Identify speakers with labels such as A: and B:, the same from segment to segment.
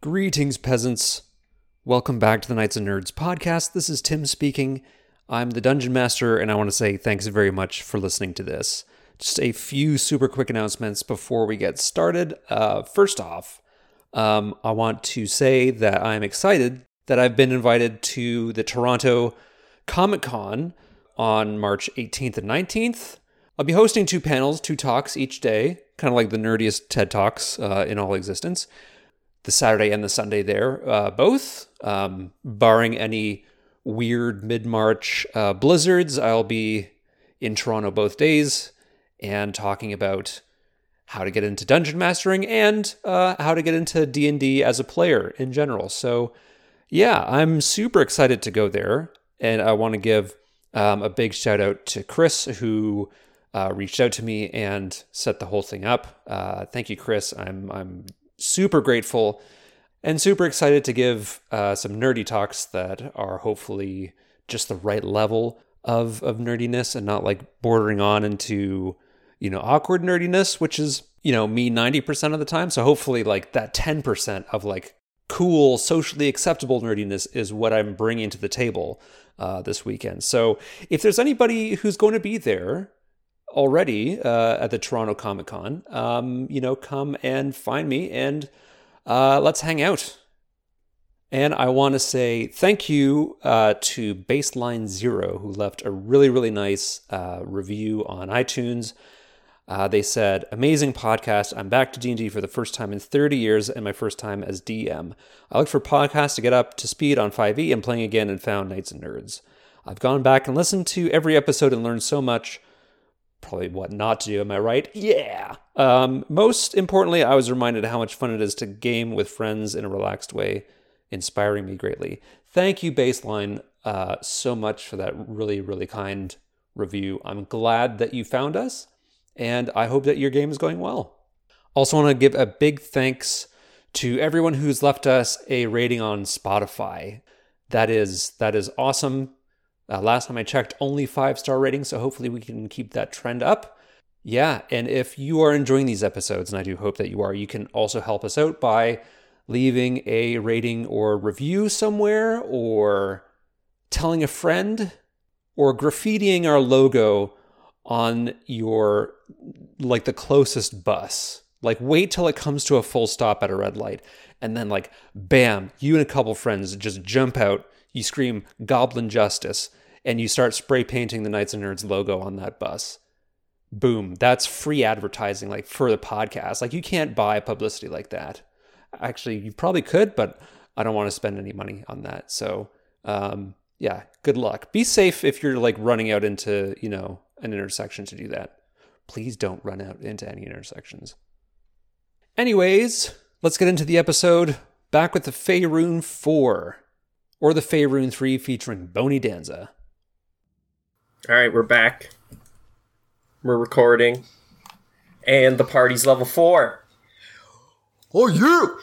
A: Greetings, peasants. Welcome back to the Knights and Nerds podcast. This is Tim speaking. I'm the Dungeon Master, and I want to say thanks very much for listening to this. Just a few super quick announcements before we get started. Uh, first off, um, I want to say that I'm excited that I've been invited to the Toronto Comic Con on March 18th and 19th. I'll be hosting two panels, two talks each day, kind of like the nerdiest TED Talks uh, in all existence the Saturday and the Sunday there, uh, both. Um, barring any weird mid March uh, blizzards, I'll be in Toronto both days and talking about how to get into dungeon mastering and uh, how to get into D and D as a player in general. So, yeah, I'm super excited to go there, and I want to give um, a big shout out to Chris who uh, reached out to me and set the whole thing up. Uh, thank you, Chris. I'm I'm super grateful and super excited to give uh, some nerdy talks that are hopefully just the right level of of nerdiness and not like bordering on into you know awkward nerdiness which is you know me 90% of the time so hopefully like that 10% of like cool socially acceptable nerdiness is what i'm bringing to the table uh, this weekend so if there's anybody who's going to be there already uh, at the Toronto Comic Con, um, you know, come and find me and uh, let's hang out. And I want to say thank you uh, to Baseline Zero, who left a really, really nice uh, review on iTunes. Uh, they said, "Amazing podcast. I'm back to D&D for the first time in 30 years and my first time as DM. I looked for podcasts to get up to speed on 5e and playing again and found Knights and Nerds. I've gone back and listened to every episode and learned so much probably what not to do. Am I right? Yeah. Um, most importantly, I was reminded how much fun it is to game with friends in a relaxed way, inspiring me greatly. Thank you, Baseline, uh, so much for that really, really kind review. I'm glad that you found us, and I hope that your game is going well. Also, want to give a big thanks to everyone who's left us a rating on Spotify. That is that is awesome. Uh, last time I checked, only five star ratings, so hopefully we can keep that trend up. Yeah, and if you are enjoying these episodes, and I do hope that you are, you can also help us out by leaving a rating or review somewhere, or telling a friend, or graffitiing our logo on your like the closest bus. Like wait till it comes to a full stop at a red light and then like bam, you and a couple friends just jump out, you scream goblin justice and you start spray painting the Knights and Nerds logo on that bus. Boom, that's free advertising like for the podcast. Like you can't buy publicity like that. Actually, you probably could, but I don't want to spend any money on that. So, um yeah, good luck. Be safe if you're like running out into, you know, an intersection to do that. Please don't run out into any intersections. Anyways, let's get into the episode. Back with the Faerun 4, or the Faerun 3 featuring Boney Danza.
B: All right, we're back. We're recording, and the party's level four.
C: Oh, you!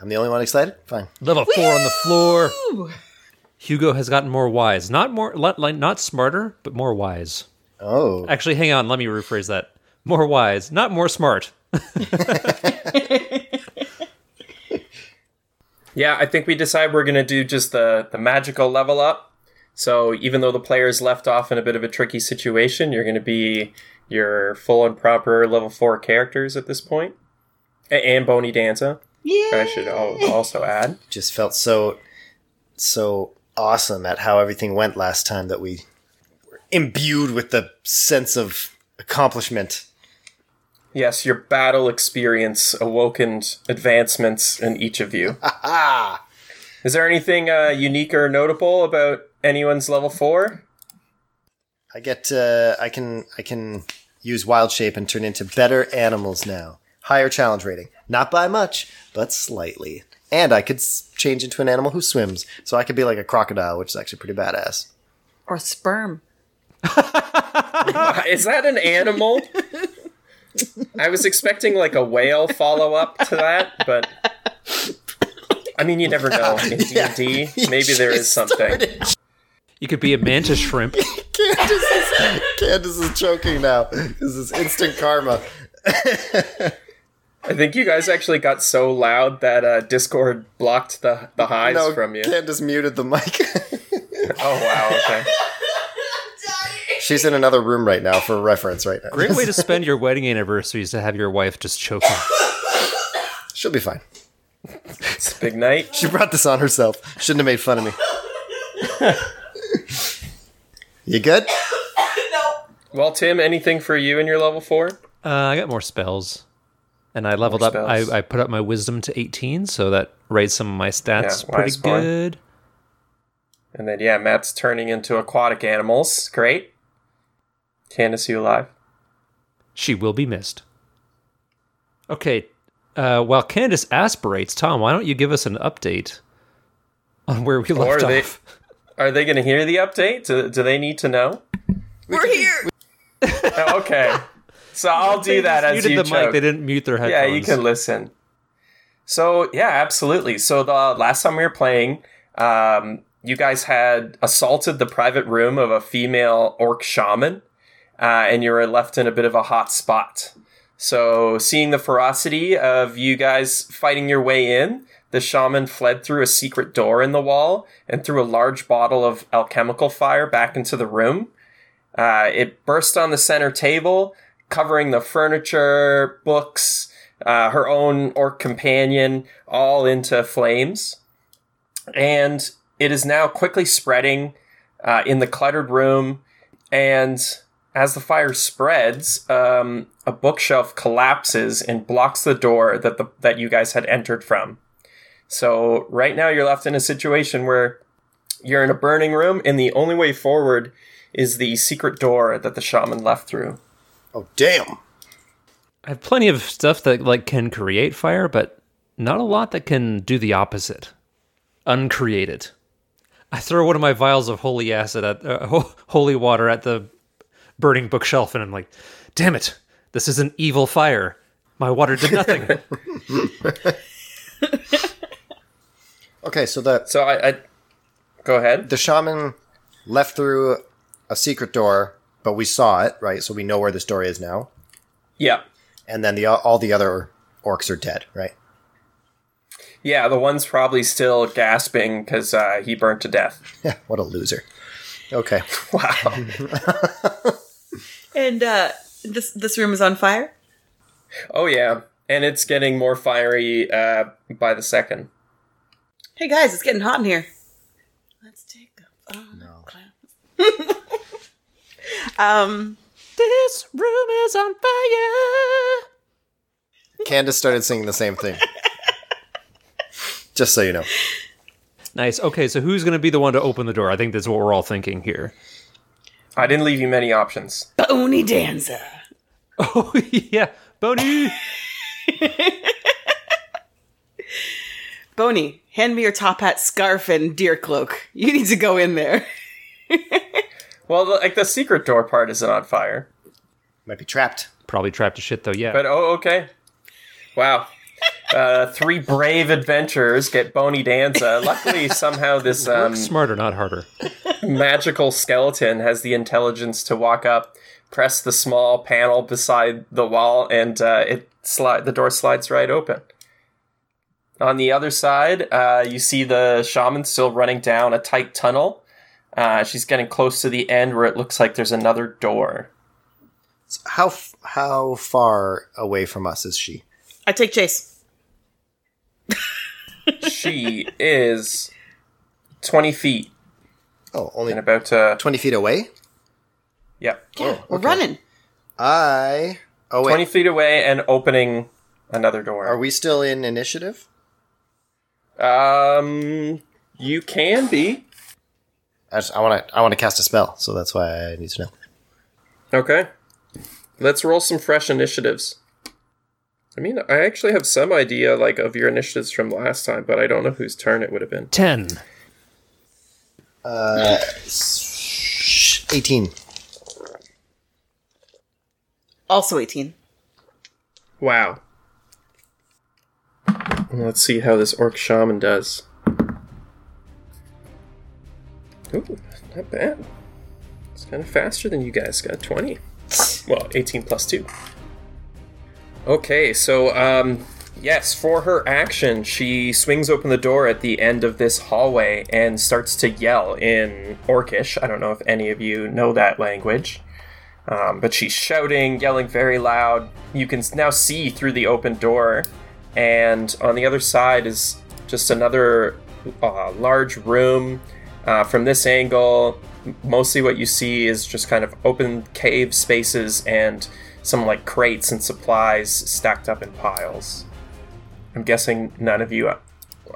C: I'm the only one excited? Fine.
A: Level 4 on the floor. Hugo has gotten more wise. Not more not, like, not smarter, but more wise.
C: Oh.
A: Actually, hang on, let me rephrase that. More wise, not more smart.
B: Yeah, I think we decide we're gonna do just the the magical level up. So even though the player's left off in a bit of a tricky situation, you're gonna be your full and proper level four characters at this point, A- and Boney Danza.
D: Yeah.
B: I should al- also add.
C: Just felt so, so awesome at how everything went last time that we were imbued with the sense of accomplishment.
B: Yes, your battle experience awokened advancements in each of you.
C: Ah!
B: Is there anything uh, unique or notable about anyone's level four?
C: I get, uh, I can, I can use wild shape and turn into better animals now. Higher challenge rating. Not by much, but slightly. And I could s- change into an animal who swims. So I could be like a crocodile, which is actually pretty badass.
D: Or sperm.
B: Is that an animal? I was expecting like a whale follow up to that, but I mean, you never know. In D and D, maybe there is something.
A: You could be a mantis shrimp.
C: Candace is, Candace is choking now. This is instant karma.
B: I think you guys actually got so loud that uh, Discord blocked the, the highs
C: no,
B: from you.
C: Candace muted the mic.
B: Oh, wow. Okay.
C: She's in another room right now for reference right now.
A: Great way to spend your wedding anniversary is to have your wife just choke you.
C: She'll be fine.
B: It's a big night.
C: She brought this on herself. Shouldn't have made fun of me. you good?
B: Well, Tim, anything for you in your level four?
A: Uh, I got more spells, and I leveled
B: More
A: up.
B: spells.
A: I, I put up my wisdom to eighteen, so that raised some of my stats
B: Yeah,
A: pretty
B: wise one.
A: good.
B: And then, yeah, Matt's turning into aquatic animals. Great. Candace, you alive?
A: She will be missed. Okay, uh, while Candace aspirates, Tom, why don't you give us an update on where we left
B: they-
A: off?
B: Are they going to hear the update? Do, do they need to know?
D: We're here.
B: Oh, okay. So I'll do that
A: They
B: as
A: muted
B: you
A: the
B: choke.
A: mic. They didn't mute their
B: yeah,
A: headphones.
B: you can listen. So yeah, absolutely. So the last time we were playing, um, you guys had assaulted the private room of a female orc shaman, uh, and you were left in a bit of a hot spot. So seeing the ferocity of you guys fighting your way in, the shaman fled through a secret door in the wall and threw a large bottle of alchemical fire back into the room. Uh, it burst on the center table, covering the furniture, books, uh, her own orc companion, all into flames. And it is now quickly spreading uh, in the cluttered room. And as the fire spreads, um, a bookshelf collapses and blocks the door that the, that you guys had entered from. So right now you're left in a situation where you're in a burning room, and the only way forward is the secret door that the shaman left through.
C: Oh, damn.
A: I have plenty of stuff that like can create fire, but not a lot that can do the opposite, uncreate it. I throw one of my vials of holy acid at uh, ho- holy water at the burning bookshelf, and I'm like, "Damn it! This is an evil fire. My water did nothing."
C: Okay, so the
B: So I, I go ahead.
C: the shaman left through a secret door, but we saw it, right? So we know where this door is now.
B: Yeah,
C: And then the all the other orcs are dead, right?
B: yeah. The one's probably still gasping because uh, he burnt to death.
C: Yeah, what a loser. Okay.
B: Wow.
D: And uh, this this room is on fire.
B: oh yeah, and it's getting more fiery uh, by the second.
D: Hey guys, it's getting hot in here. Let's take a
C: No.
D: um.
A: this room is on fire.
C: Candace started singing the same thing. Just so you know.
A: Nice. Okay, so who's going to be the one to open the door? I think that's what we're all thinking here.
B: I didn't leave you many options.
D: Bony Danza.
A: Oh yeah, Bonnie.
D: Bony, hand me your top hat, scarf, and deer cloak. You need to go in there.
B: Well, like the secret door part isn't on fire,
C: Might be trapped.
A: Probably trapped to shit though. Yeah.
B: but oh okay. Wow. Uh, three brave adventurers get Bony Danza. Luckily, somehow this um,
A: Smarter, not harder.
B: magical skeleton has the intelligence to walk up, press the small panel beside the wall, and uh, it slide the door slides right open. On the other side, uh, you see the shaman still running down a tight tunnel. Uh, she's getting close to the end where it looks like there's another door.
C: How f- how far away from us is she?
D: I take chase.
B: She is 20 feet
C: Oh, only
B: and about uh, to.
C: 20 feet away?
B: Yep.
D: Yeah, we're running.
C: I. Oh, wait.
B: 20 feet away and opening another door.
C: Are we still in initiative?
B: Um, you can be.
C: I, just, I want to I want to cast a spell, so that's why I need to know.
B: Okay. Let's roll some fresh initiatives. I mean, I actually have some idea like of your initiatives from last time, but I don't know whose turn it would have been.
A: Ten.
C: 18.
D: Also 18.
B: Wow. Let's see how this orc shaman does. Ooh, not bad. It's kind of faster than you guys. Got 20. Well, 18 plus 2. Okay, so um, yes, for her action, she swings open the door at the end of this hallway and starts to yell in Orcish. I don't know if any of you know that language, um, but she's shouting, yelling very loud. You can now see through the open door, and on the other side is just another uh, large room. Uh, from this angle, m- mostly what you see is just kind of open cave spaces and some like crates and supplies stacked up in piles. I'm guessing none of you uh,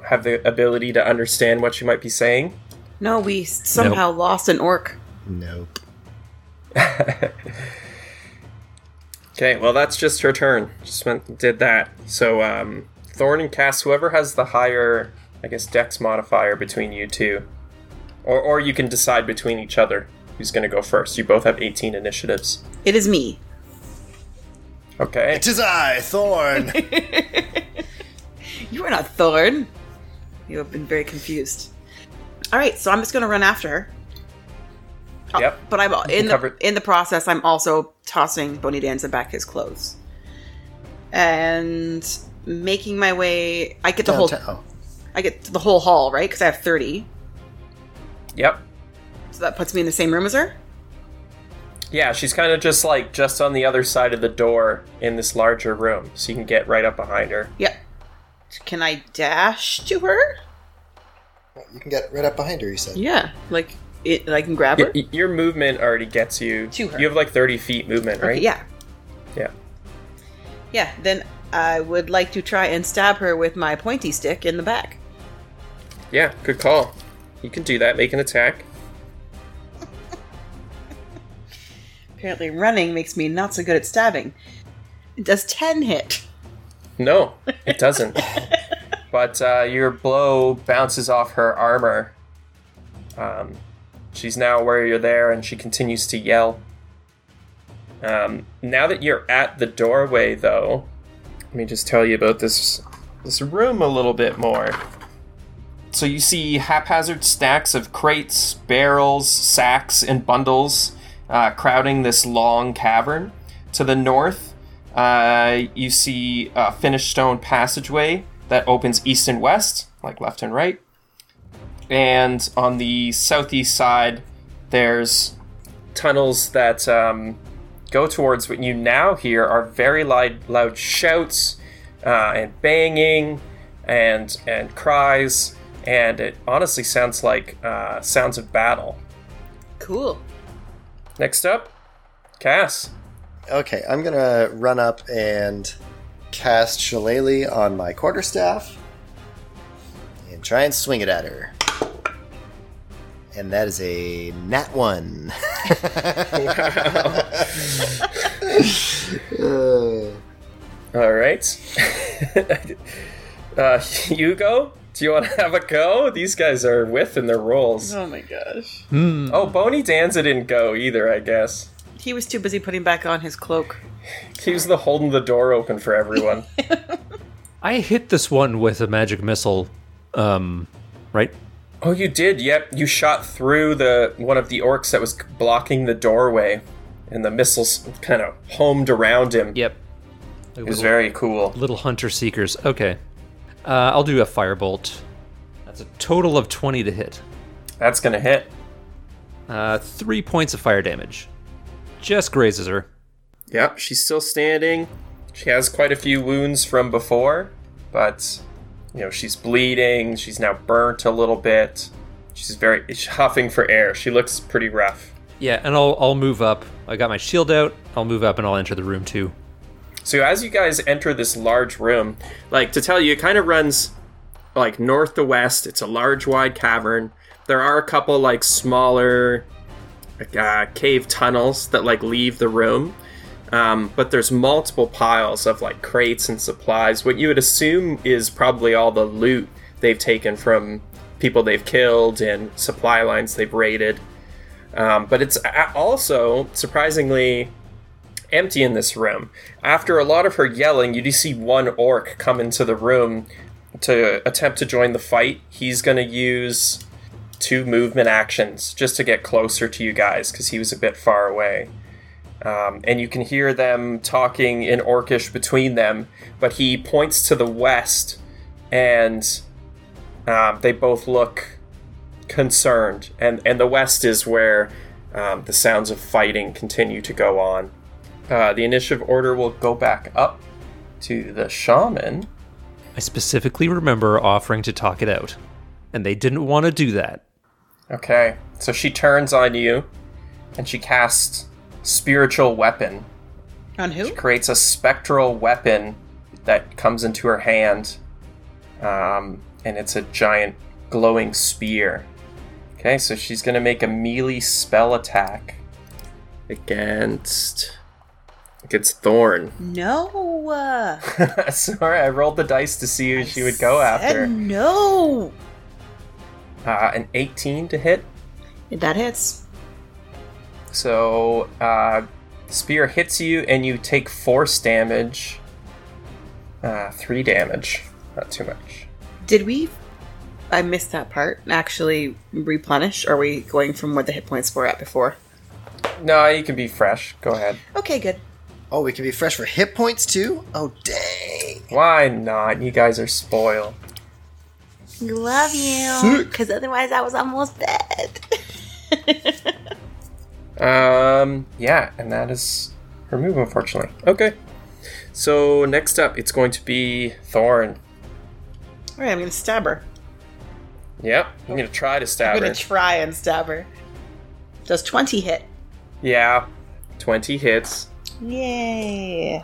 B: have the ability to understand what she might be saying.
D: No, we s- somehow lost an orc.
C: Nope.
B: Okay, well that's just her turn. Just went did that. So um, Thorn and Cass, whoever has the higher, I guess, Dex modifier between you two, or or you can decide between each other who's going to go first. You both have 18 initiatives.
D: It is me.
B: Okay.
C: Tis I, Thorn.
D: You are not Thorn. You have been very confused. All right, so I'm just going to run after her. Uh,
B: Yep.
D: But I'm in the
B: cover it.
D: in the process. I'm also tossing Bonnie Danza back his clothes and making my way. I get the whole.
C: Downtown.
D: I get to the whole hall, right? Because I have thirty,
B: Yep.
D: so that puts me in the same room as her.
B: Yeah, she's kind of just like just on the other side of the door in this larger room, so you can get right up behind her.
D: Yep. Can I dash to her?
C: You can get right up behind her. You said.
D: Yeah, like it. I can grab her.
B: Y- y- Your movement already gets you.
D: To her.
B: You have like 30 feet movement, right?
D: Okay, yeah,
B: Yeah.
D: yeah. Then I would like to try and stab her with my pointy stick in the back.
B: Yeah, good call. You can do that. Make an attack.
D: Apparently, running makes me not so good at stabbing. It does 10 hit.
B: No, it doesn't. but uh, your blow bounces off her armor. Um, she's now aware you're there, and she continues to yell. Um, now that you're at the doorway, though, let me just tell you about this this room a little bit more. So you see haphazard stacks of crates, barrels, sacks, and bundles uh, crowding this long cavern. To the north, uh, you see a finished stone passageway that opens east and west, like left and right. And on the southeast side, there's tunnels that um, go towards what you now hear are very loud, loud shouts uh, and banging and and cries, and it honestly sounds like uh, sounds of battle.
D: Cool.
B: Next up, Cass.
C: Okay, I'm gonna run up and cast Shillelagh on my quarterstaff and try and swing it at her. And that is a nat one. Uh,
B: All right. uh, Hugo, do you want to have a go? These guys are with in their roles.
D: Oh my gosh.
B: Oh, Boney Danza didn't go either, I guess.
D: He was too busy putting back on his cloak.
B: He was the holding the door open for everyone.
A: I hit this one with a magic missile, um, right?
B: oh, you did. Yep, you shot through the one of the orcs that was blocking the doorway, and the missiles kind of homed around him.
A: Yep.
B: It was very cool.
A: Little hunter seekers. Okay. Uh, I'll do a firebolt. That's a total of 20 to hit.
B: That's gonna hit.
A: Uh, three points of fire damage. Just grazes her.
B: Yep, she's still standing. She has quite a few wounds from before, but you know she's bleeding. She's now burnt a little bit. She's very she's huffing for air. She looks pretty rough.
A: Yeah, and I'll, I'll move up. I got my shield out. I'll move up and I'll enter the room too.
B: So as you guys enter this large room, like to tell you, it kind of runs like north to west. It's a large, wide cavern. There are a couple like smaller like, uh, cave tunnels that like leave the room, um, but there's multiple piles of like crates and supplies. What you would assume is probably all the loot they've taken from people they've killed and supply lines they've raided. Um, but it's a- also surprisingly empty in this room. After a lot of her yelling, you do see one orc come into the room to attempt to join the fight. He's going to use two movement actions just to get closer to you guys because he was a bit far away. um, and you can hear them talking in Orcish between them. But he points to the west, and um, they both look concerned. And and the west is where um, the sounds of fighting continue to go on. Uh, the initiative order will go back up to the shaman.
A: I specifically remember offering to talk it out, and they didn't want to do that.
B: Okay, so she turns on you, and she casts spiritual weapon.
D: On who?
B: creates a spectral weapon that comes into her hand, um, and it's a giant glowing spear. Okay, so she's gonna make a melee spell attack against against Thorn.
D: No. Uh,
B: Sorry, I rolled the dice to see who she would go
D: said
B: after.
D: No.
B: Uh, an 18 to hit.
D: That hits.
B: So uh, spear hits you, and you take force damage. Uh, three damage, not too much.
D: Did we? I missed that part. Actually, replenish? Are we going from where the hit points were at before?
B: No, you can be fresh. Go ahead.
D: Okay, good.
C: Oh, we can be fresh for hit points too? Oh, dang.
B: Why not? You guys are spoiled.
D: Love you, because otherwise I was almost dead.
B: Um, yeah, and that is her move, unfortunately. Okay. So next up, it's going to be Thorn.
D: All right, I'm gonna stab her.
B: Yep, I'm gonna try to
D: I'm
B: stab her.
D: gonna try and stab her. Does 20 hit?
B: yeah, twenty hits,
D: Yay.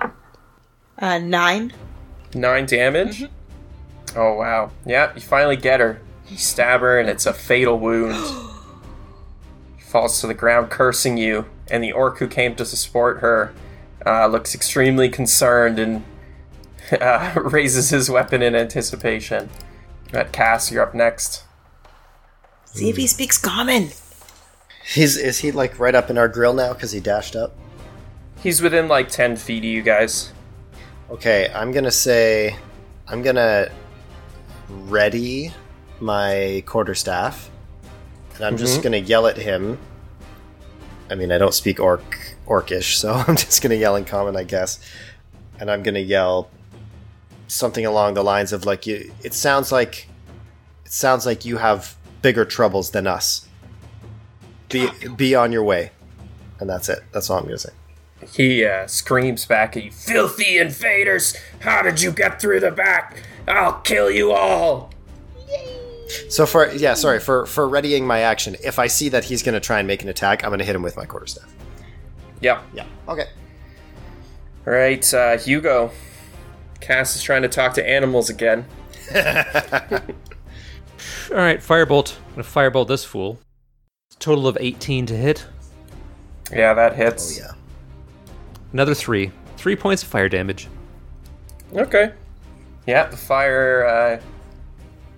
D: Uh, nine.
B: nine damage. Oh wow! Yep, you finally get her. You stab her, and it's a fatal wound. She falls to the ground, cursing you. And the orc who came to support her uh, looks extremely concerned and uh, raises his weapon in anticipation. But Cass, you're up next.
D: See if he speaks common.
C: He's, is he like right up in our grill now because he dashed up?
B: He's within like 10 feet of you guys.
C: Okay, I'm gonna say, I'm gonna ready my quarterstaff, and I'm just gonna yell at him. I mean, I don't speak orc orcish, so I'm just gonna yell in common, I guess. And I'm gonna yell something along the lines of like, you, "It sounds like, it sounds like you have bigger troubles than us. Be be on your way." And that's it. That's all I'm gonna say.
B: He uh, screams back at you Filthy invaders! How did you get through the back? I'll kill you all!
C: So for yeah, sorry for for readying my action. If I see that he's going to try and make an attack, I'm going to hit him with my quarterstaff.
B: Yep.
C: Yeah. Okay.
B: Alright, uh, Hugo. Cass is trying to talk to animals again.
A: All right, firebolt. I'm gonna firebolt this fool. Total of 18 to hit.
B: Yeah, that hits.
C: Oh, Yeah.
A: Another three. Three points of fire damage.
B: Okay. Yeah, the fire uh,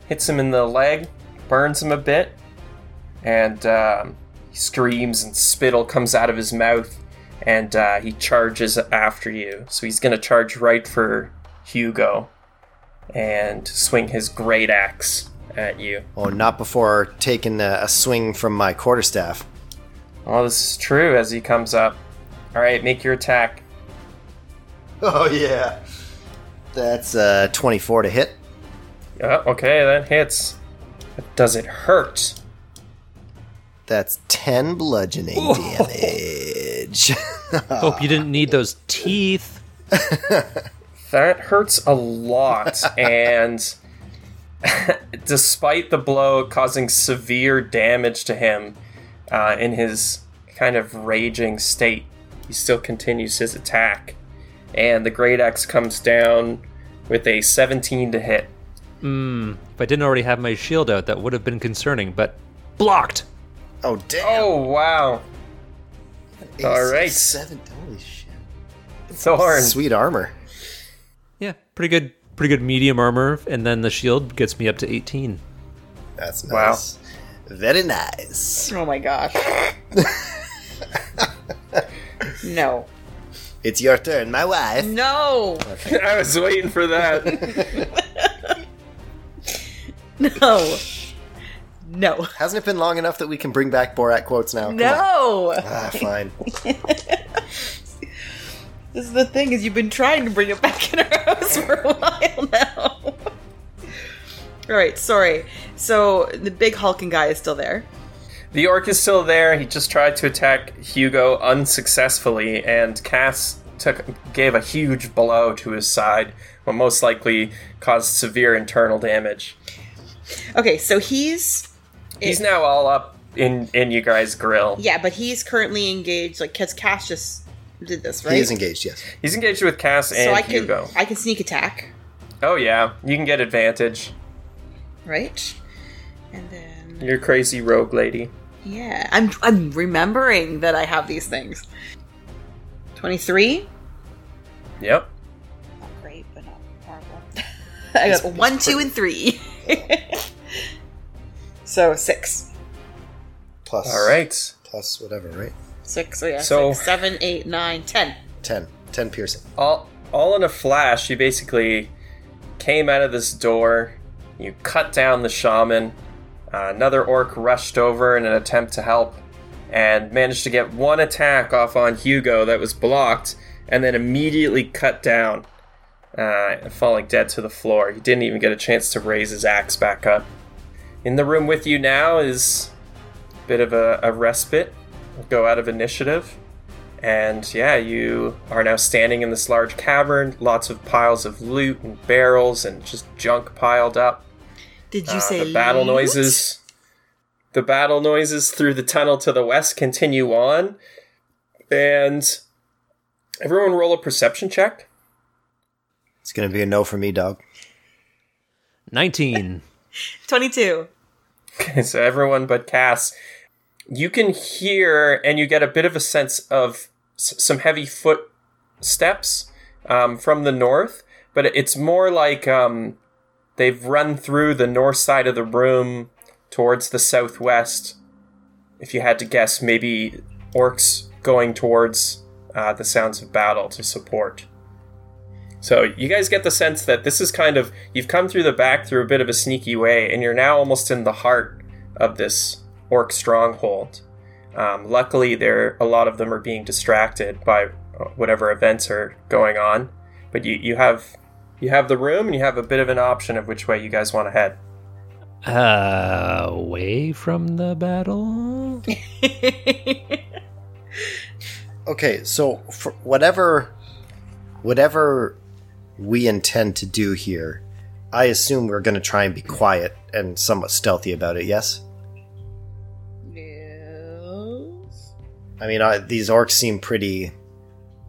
B: hits him in the leg, burns him a bit, and um, he screams and spittle comes out of his mouth, and uh, he charges after you. So he's going to charge right for Hugo and swing his great axe at you.
C: Oh, not before taking a, a swing from my quarterstaff.
B: Well, this is true as he comes up. All right, make your attack.
C: Oh yeah. That's uh 24 to hit.
B: Yeah, Oh, okay, that hits. But Does it hurt?
C: That's 10 bludgeoning damage.
A: Hope you didn't need those teeth.
B: That hurts a lot, and despite the blow causing severe damage to him uh, in his kind of raging state, he still continues his attack. And the Great Axe comes down with a 17 to hit.
A: If I didn't already have my shield out, that would have been concerning, but blocked.
C: oh damn.
B: Oh, wow. all right.
C: Seven. Holy shit.
B: Thorn.
C: Sweet armor.
A: Yeah, pretty good pretty good medium armor and then the shield gets me up to 18.
C: That's
B: Wow.
C: nice. Very nice.
D: Oh my gosh. no.
C: It's your turn, my wife.
D: No.
B: I was waiting for that.
D: No. No.
C: Hasn't it Ah, been long enough that we can bring back Borat quotes now? Come on.
D: No.
C: Ah, fine.
D: This is the thing is you've been trying to bring it back in our house for a while now. All right, sorry. So the big hulking guy is still there.
B: The orc is still there. He just tried to attack Hugo unsuccessfully, and Cass took gave a huge blow to his side, what most likely caused severe internal damage.
D: Okay, so he's
B: He's now all up in in you guys' grill.
D: yeah, but he's currently engaged. Like, cause Cash just did this, right?
C: He is engaged, yes.
B: He's engaged with Cass and
D: So I can
B: Hugo.
D: I can sneak attack,
B: Oh yeah, you can get advantage.
D: right? And then
B: You're crazy rogue lady.
D: yeah, I'm I'm remembering that I have these things. Twenty three.
B: Yep.
D: Not great, but not horrible. I got one, two, and three. so six.
C: Plus.
B: All right.
C: Plus whatever, right?
D: Six, oh yeah,
B: So-
D: six, seven, eight, nine, ten.
C: Ten. Ten piercing.
B: all all in a flash you basically came out of this door you cut down the shaman uh, another orc rushed over in an attempt to help and managed to get one attack off on hugo that was blocked and then immediately cut down uh, falling dead to the floor he didn't even get a chance to raise his axe back up in the room with you now is a bit of a, a respite We'll go out of initiative and yeah, you are now standing in this large cavern, lots of piles of loot and barrels and just junk piled up.
D: Did you
B: Uh,
D: say
B: the battle
D: loot?
B: noises The battle noises through the tunnel to the west continue on. And everyone roll a perception check.
C: It's gonna be a no for me, dog.
A: 19.
D: Twenty-two.
B: so everyone but Cass, you can hear and you get a bit of a sense of s- some heavy footsteps um, from the north, but it's more like um, they've run through the north side of the room towards the southwest. If you had to guess, maybe orcs going towards uh, the sounds of battle to support. So you guys get the sense that this is kind of you've come through the back through a bit of a sneaky way, and you're now almost in the heart of this orc stronghold. Um, luckily, there a lot of them are being distracted by uh, whatever events are going on, but you, you have you have the room and you have a bit of an option of which way you guys want to head.
A: Uh, away from the battle?
C: Okay, so for whatever whatever we intend to do here, I assume we're gonna try and be quiet and somewhat stealthy about it, yes?
D: Yes.
C: I mean, I, these orcs seem pretty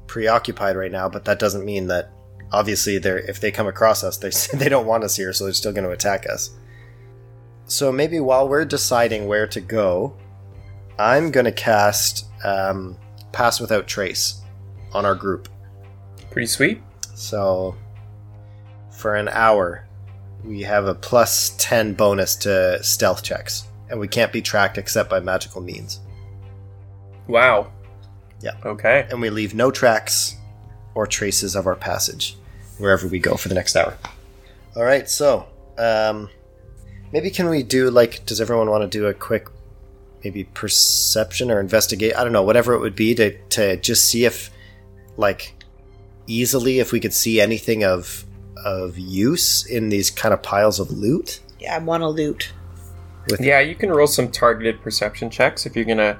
C: preoccupied right now, but that doesn't mean that obviously they're if they come across us, they they don't want us here, so they're still going to attack us. So maybe while we're deciding where to go, I'm going to cast um, Pass Without Trace on our group.
B: Pretty sweet.
C: So for an hour, we have a plus ten bonus to stealth checks, and we can't be tracked except by magical means.
B: Wow.
C: Yeah.
B: Okay.
C: and we leave no tracks or traces of our passage wherever we go for the next hour. All right, so um, maybe can we do like? Does everyone want to do a quick, maybe perception or investigate? I don't know, whatever it would be to to just see if, like, easily if we could see anything of of use in these kind of piles of loot.
D: Yeah, I want to loot.
B: Yeah, you can roll some targeted perception checks if you're gonna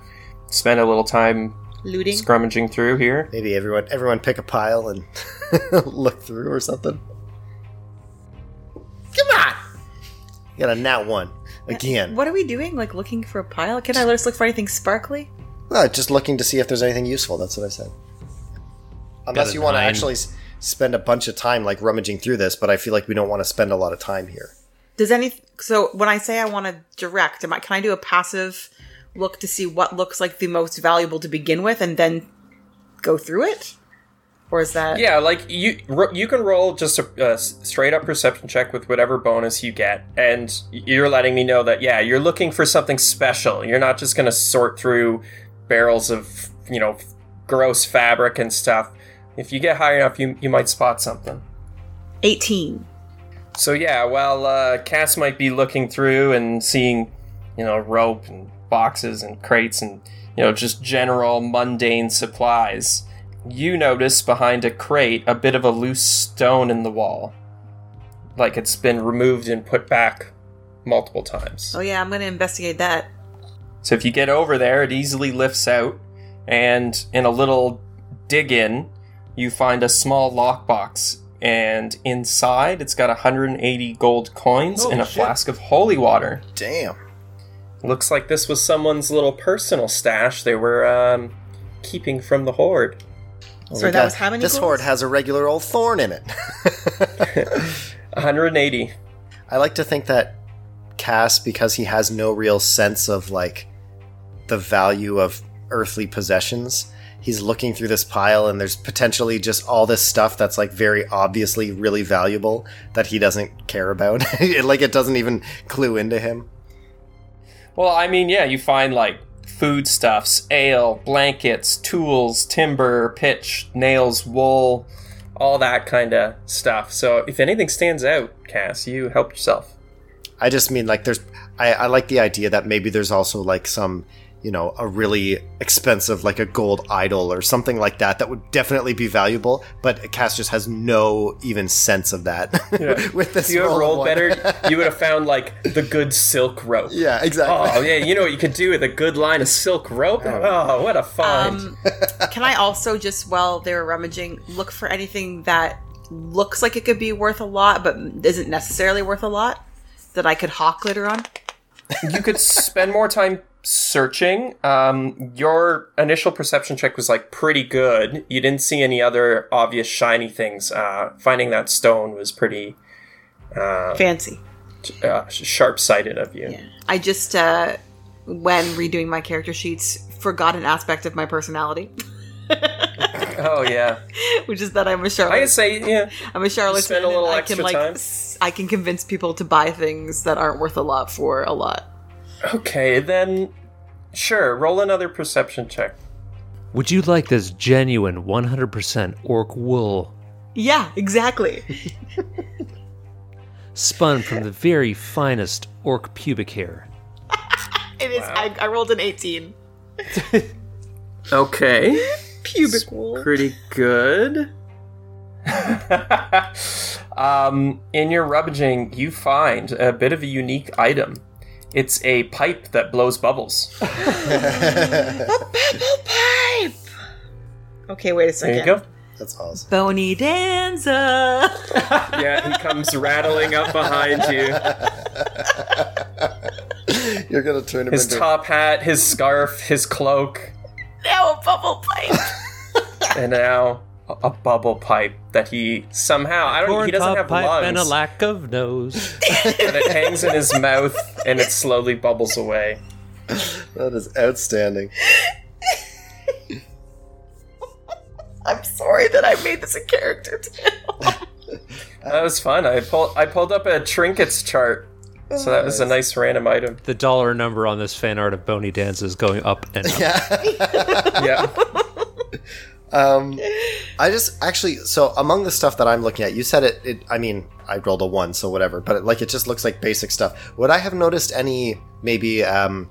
B: spend a little time
D: Looting.
B: scrummaging through here.
C: Maybe everyone everyone pick a pile and look through or something. Come on! You got a nat one again.
D: What are we doing? Like looking for a pile? Can I let us look for anything sparkly?
C: No, Uh, just looking to see if there's anything useful. That's what I said. Unless
A: a
C: you want to
A: nine.
C: actually s- spend a bunch of time like rummaging through this, but I feel like we don't want to spend a lot of time here.
D: Does any? So when I say I want to direct, am I? Can I do a passive look to see what looks like the most valuable to begin with, and then go through it? Or is that?
B: Yeah, like you ro- you can roll just a, a s- straight up perception check with whatever bonus you get, and you're letting me know that yeah, you're looking for something special. You're not just gonna sort through barrels of you know gross fabric and stuff. If you get high enough, you you might spot something.
D: Eighteen.
B: So yeah, while uh, Cass might be looking through and seeing, you know, rope and boxes and crates and you know just general mundane supplies, you notice behind a crate a bit of a loose stone in the wall. Like it's been removed and put back multiple times.
D: Oh yeah, I'm gonna investigate that.
B: So if you get over there, it easily lifts out, and in a little dig in, you find a small lockbox. And inside, it's got 180 gold coins
A: Holy
B: and a
A: shit.
B: flask of holy water.
C: Damn.
B: Looks like this was someone's little personal stash they were um, keeping from the horde.
C: Oh
D: Sorry,
C: my
D: that
C: God.
D: was how many
C: This
D: goals?
C: horde has a regular old thorn in it.
B: 180.
C: I like to think that Cass, because he has no real sense of like the value of earthly possessions, he's looking through this pile and there's potentially just all this stuff that's like very obviously really valuable that he doesn't care about. It- like it doesn't even clue into him.
B: Well, I mean, yeah, you find like foodstuffs, ale, blankets, tools, timber, pitch, nails, wool, all that kind of stuff. So if anything stands out, Cass, you help yourself.
C: I just mean like there's I, I like the idea that maybe there's also like some you know a really expensive like a gold idol or something like that that would definitely be valuable but cass just has no even sense of that with this
B: If you had
C: roll of
B: rolled
C: one.
B: better, you would have found like the good silk rope.
C: yeah exactly
B: Oh yeah, you know what you could do with a good line of silk rope? Oh, what a find.
D: Um, can I also just while they're rummaging look for anything that looks like it could be worth a lot but isn't necessarily worth a lot that I could hawk later on?
B: you could spend more time searching. Um, your initial perception check was like pretty good. You didn't see any other obvious shiny things. Uh, finding that stone was pretty
D: Fancy.
B: uh, sharp sighted of you.
D: I just uh, when redoing my character sheets forgot an aspect of my personality,
B: Oh yeah,
D: which is that I'm a
B: I
D: charlatan.
B: would say yeah.
D: I'm a charlatan.
B: spend a little
D: and I
B: extra
D: can, like,
B: time.
D: s- I can convince people to buy things that aren't worth a lot for a lot.
B: Okay, then sure. Roll another perception check.
A: Would you like this genuine 100% orc wool
D: Yeah, exactly.
A: spun from the very finest orc pubic hair?
D: It is. I, I rolled an 18.
B: Okay.
D: Pubic wool.
B: pretty good. um, in your rummaging, you find a bit of a unique item. It's a pipe that blows bubbles.
D: pipe. Okay, wait a second.
B: There you go.
C: that's awesome
D: Bony Danza.
B: Yeah, he comes rattling up behind you.
C: you're gonna turn him
B: His
C: into
B: top hat, his scarf, his cloak,
D: now a bubble pipe.
B: and now a- a bubble pipe that he somehow I don't he doesn't
A: top
B: have
A: pipe and a
B: lungs,
A: lack of nose.
B: but it hangs in his mouth and it slowly bubbles away.
C: that is outstanding
D: I'm sorry that I made this a character too.
B: That was fun. I pulled I pulled up a trinkets chart. So that was a nice random item.
A: the dollar number on this fan art of Boney Dance is going up and up.
B: Yeah.
C: Um, I just actually so among the stuff that I'm looking at, you said it. it I mean, I rolled a one, so whatever. But it, like, it just looks like basic stuff. Would I have noticed any maybe um,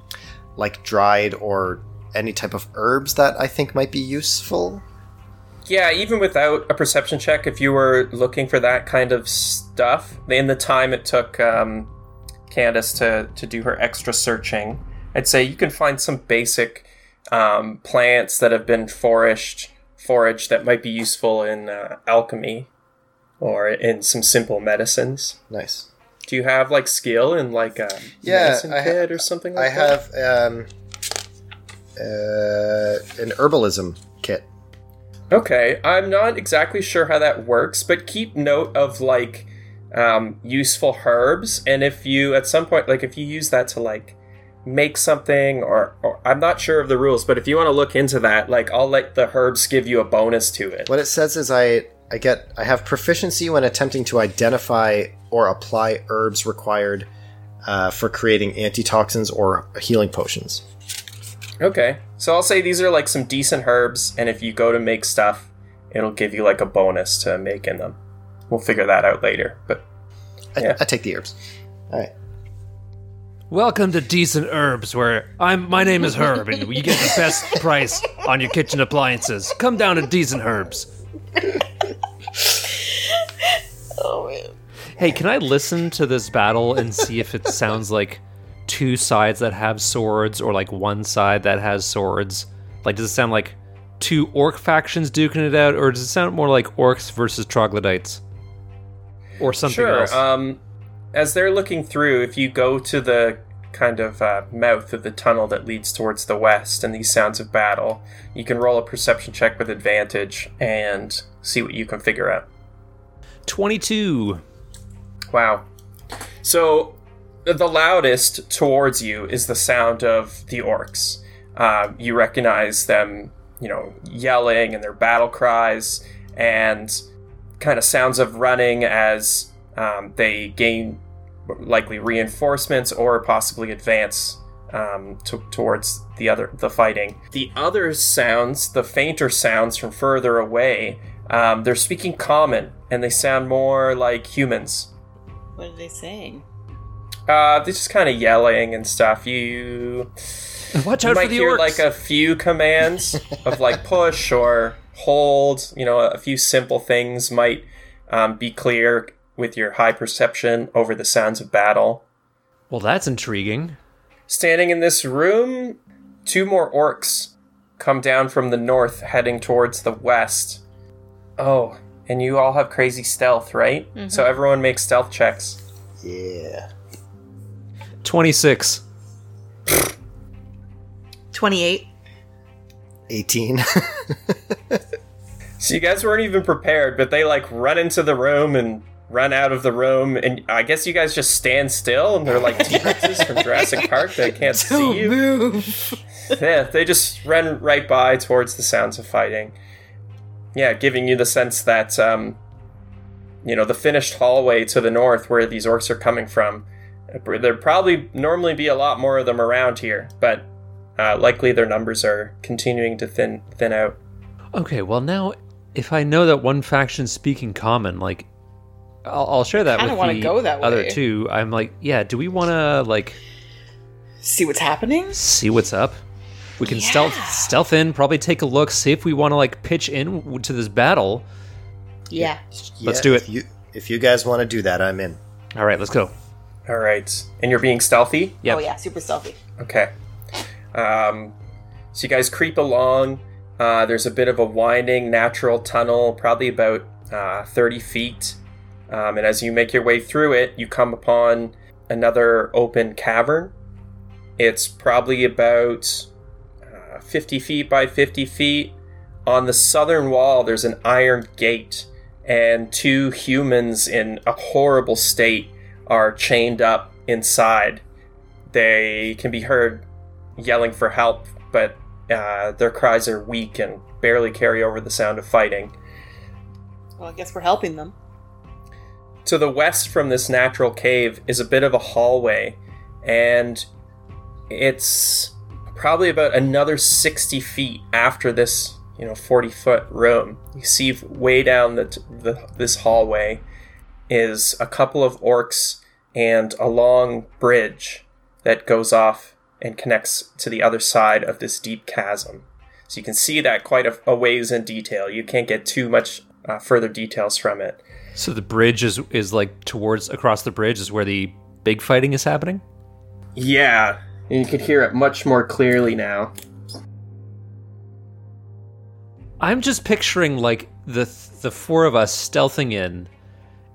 C: like dried or any type of herbs that I think might be useful?
B: Yeah, even without a perception check, if you were looking for that kind of stuff, in the time it took um, Candace to, to do her extra searching, I'd say you can find some basic um, plants that have been foraged, foraged that might be useful in uh, alchemy or in some simple medicines.
C: Nice.
B: Do you have like skill in like a
C: Yeah,
B: medicine
C: I ha-
B: kit or something like
C: I
B: that?
C: have um, uh, an herbalism kit.
B: Okay, I'm not exactly sure how that works, but keep note of like um, useful herbs, and if you at some point like if you use that to like make something, or, or I'm not sure of the rules, but if you want to look into that, like I'll let the herbs give you a bonus to it.
C: What it says is I I get I have proficiency when attempting to identify or apply herbs required uh, for creating antitoxins or healing potions.
B: Okay, so I'll say these are like some decent herbs, and if you go to make stuff, it'll give you like a bonus to making them. We'll figure that out later, but
C: I,
B: Yeah.
C: I take the herbs. All right.
A: Welcome to Decent Herbs, where I'm. My name is Herb, and you get the best price on your kitchen appliances. Come down to Decent Herbs.
D: Oh man.
A: Hey, can I listen to this battle and see if it sounds like two sides that have swords, or like one side that has swords? Like, does it sound like two orc factions duking it out, or does it sound more like orcs versus troglodytes, or something
B: Sure.
A: else?
B: Um, as they're looking through, if you go to the kind of uh, mouth of the tunnel that leads towards the west and these sounds of battle, you can roll a perception check with advantage and see what you can figure out.
A: Twenty-two.
B: Wow. So the loudest towards you is the sound of the orcs. Uh, you recognize them, you know, yelling and their battle cries and kind of sounds of running as um, they gain likely reinforcements or possibly advance um, to towards the other the fighting. The other sounds, the fainter sounds from further away, um, they're speaking common and they sound more like humans.
D: What are they saying?
B: Uh, they're just kind of yelling and stuff. You,
A: Watch
B: you
A: out for
B: might
A: the
B: hear
A: orcs.
B: like a few commands of like push or hold. You know, a few simple things might um, be clear with your high perception over the sounds of battle.
A: well, that's intriguing.
B: Standing in this room, two more orcs come down from the north, heading towards the west. Oh, and you all have crazy stealth, right? So
A: Mm-hmm.
B: everyone makes stealth checks.
C: Yeah.
A: Twenty-six.
D: Twenty-eight.
C: 18.
B: So you guys weren't even prepared, but they like run into the room and run out of the room, and I guess you guys just stand still, and they're like T-Rexes from Jurassic Park. They can't see you.
D: move.
B: Yeah, they just ran right by towards the sounds of fighting. Yeah, giving you the sense that um, you know the finished hallway to the north, where these orcs are coming from. uh, There'd probably normally be a lot more of them around here, but uh, likely their numbers are continuing to thin thin out.
A: Okay, well now, if I know that one faction's speaking common, like, I'll, I'll share that
D: Kinda
A: with
D: wanna
A: the
D: go that
A: other
D: way.
A: two. I'm like, yeah, do we want to like
D: See what's happening?
A: see what's up? We can stealth
D: Yeah.
A: stealth in, probably take a look, see if we want to like pitch in w- to this battle.
D: Yeah.
A: Let's do it.
C: If you, if you guys want to do that, I'm in.
A: All right, let's go.
B: All right, and you're being stealthy.
A: Yep.
D: Oh yeah, super stealthy.
B: Okay. Um, so you guys creep along. Uh, there's a bit of a winding natural tunnel, probably about uh, 30 feet. Um, and as you make your way through it, you come upon another open cavern. It's probably about uh, 50 feet by 50 feet. On the southern wall, there's an iron gate, and two humans in a horrible state are chained up inside they can be heard yelling for help, but uh, their cries are weak and barely carry over the sound of fighting.
D: Well, I guess we're helping them.
B: To the west from this natural cave is a bit of a hallway, and it's probably about another 60 feet after this, you know, 40 foot room. You see way down the, t- the this hallway is a couple of orcs and a long bridge that goes off and connects to the other side of this deep chasm. So you can see that quite a, a ways in detail. You can't get too much uh, further details from it.
A: So the bridge is is like towards across the bridge is where the big fighting is happening.
B: Yeah, and you could hear it much more clearly now.
A: I'm just picturing like the the four of us stealthing in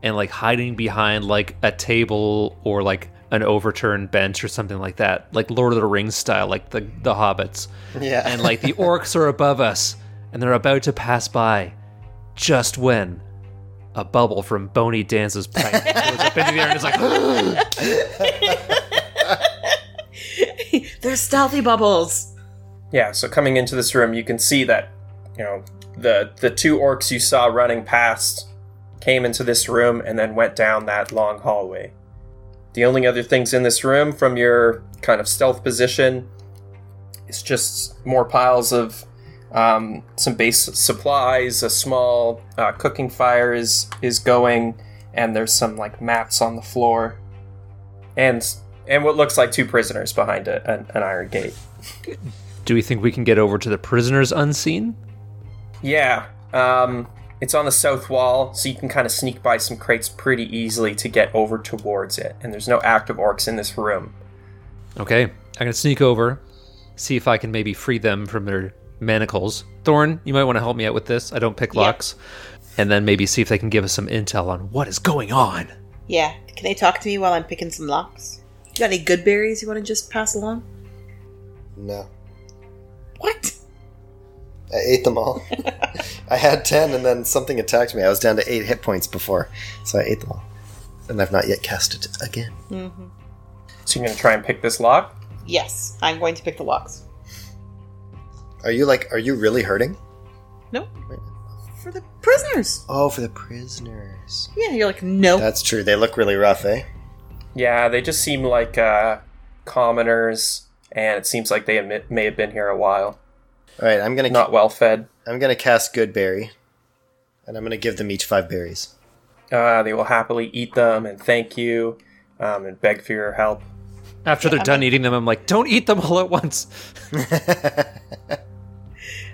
A: and like hiding behind like a table or like an overturned bench or something like that, like Lord of the Rings style, like the the hobbits.
C: Yeah.
A: And like the orcs are above us and they're about to pass by just when a bubble from Boney Danza's pipe goes up into the air and it's like
D: They're stealthy bubbles.
B: Yeah, so coming into this room, you can see that you know the the two orcs you saw running past came into this room and then went down that long hallway. The only other things in this room from your kind of stealth position is just more piles of um, some base supplies. A small uh, cooking fire is is going, and there's some like maps on the floor, and and what looks like two prisoners behind a, an, an iron gate.
A: Do we think we can get over to the prisoners unseen?
B: Yeah, um, it's on the south wall, so you can kind of sneak by some crates pretty easily to get over towards it. And there's no active orcs in this room.
A: Okay, I'm gonna sneak over, see if I can maybe free them from their manacles. Thorn, you might want to help me out with this. I don't pick locks, and then maybe see if they can give us some intel on what is going on.
D: Yeah. Can they talk to me while I'm picking some locks? You got any good berries you want to just pass along?
C: No.
D: What?
C: I ate them all. I had 10 and then something attacked me. I was down to 8 hit points before, so I ate them all. And I've not yet cast it again.
B: So you're gonna try and pick this lock.
D: Yes, I'm going to pick the locks.
C: Are you like, are you really hurting?
D: No. For the prisoners.
C: Oh, for the prisoners.
D: Yeah, you're like, no.
C: That's true. They look really rough, eh?
B: Yeah, they just seem like uh, commoners, and it seems like they admit, may have been here a while.
C: All right, I'm gonna
B: Not well fed.
C: I'm gonna cast Good Berry, and I'm gonna give them each five berries.
B: Uh, they will happily eat them and thank you, um, and beg for your help.
A: After they're done eating them, I'm like, don't eat them all at once.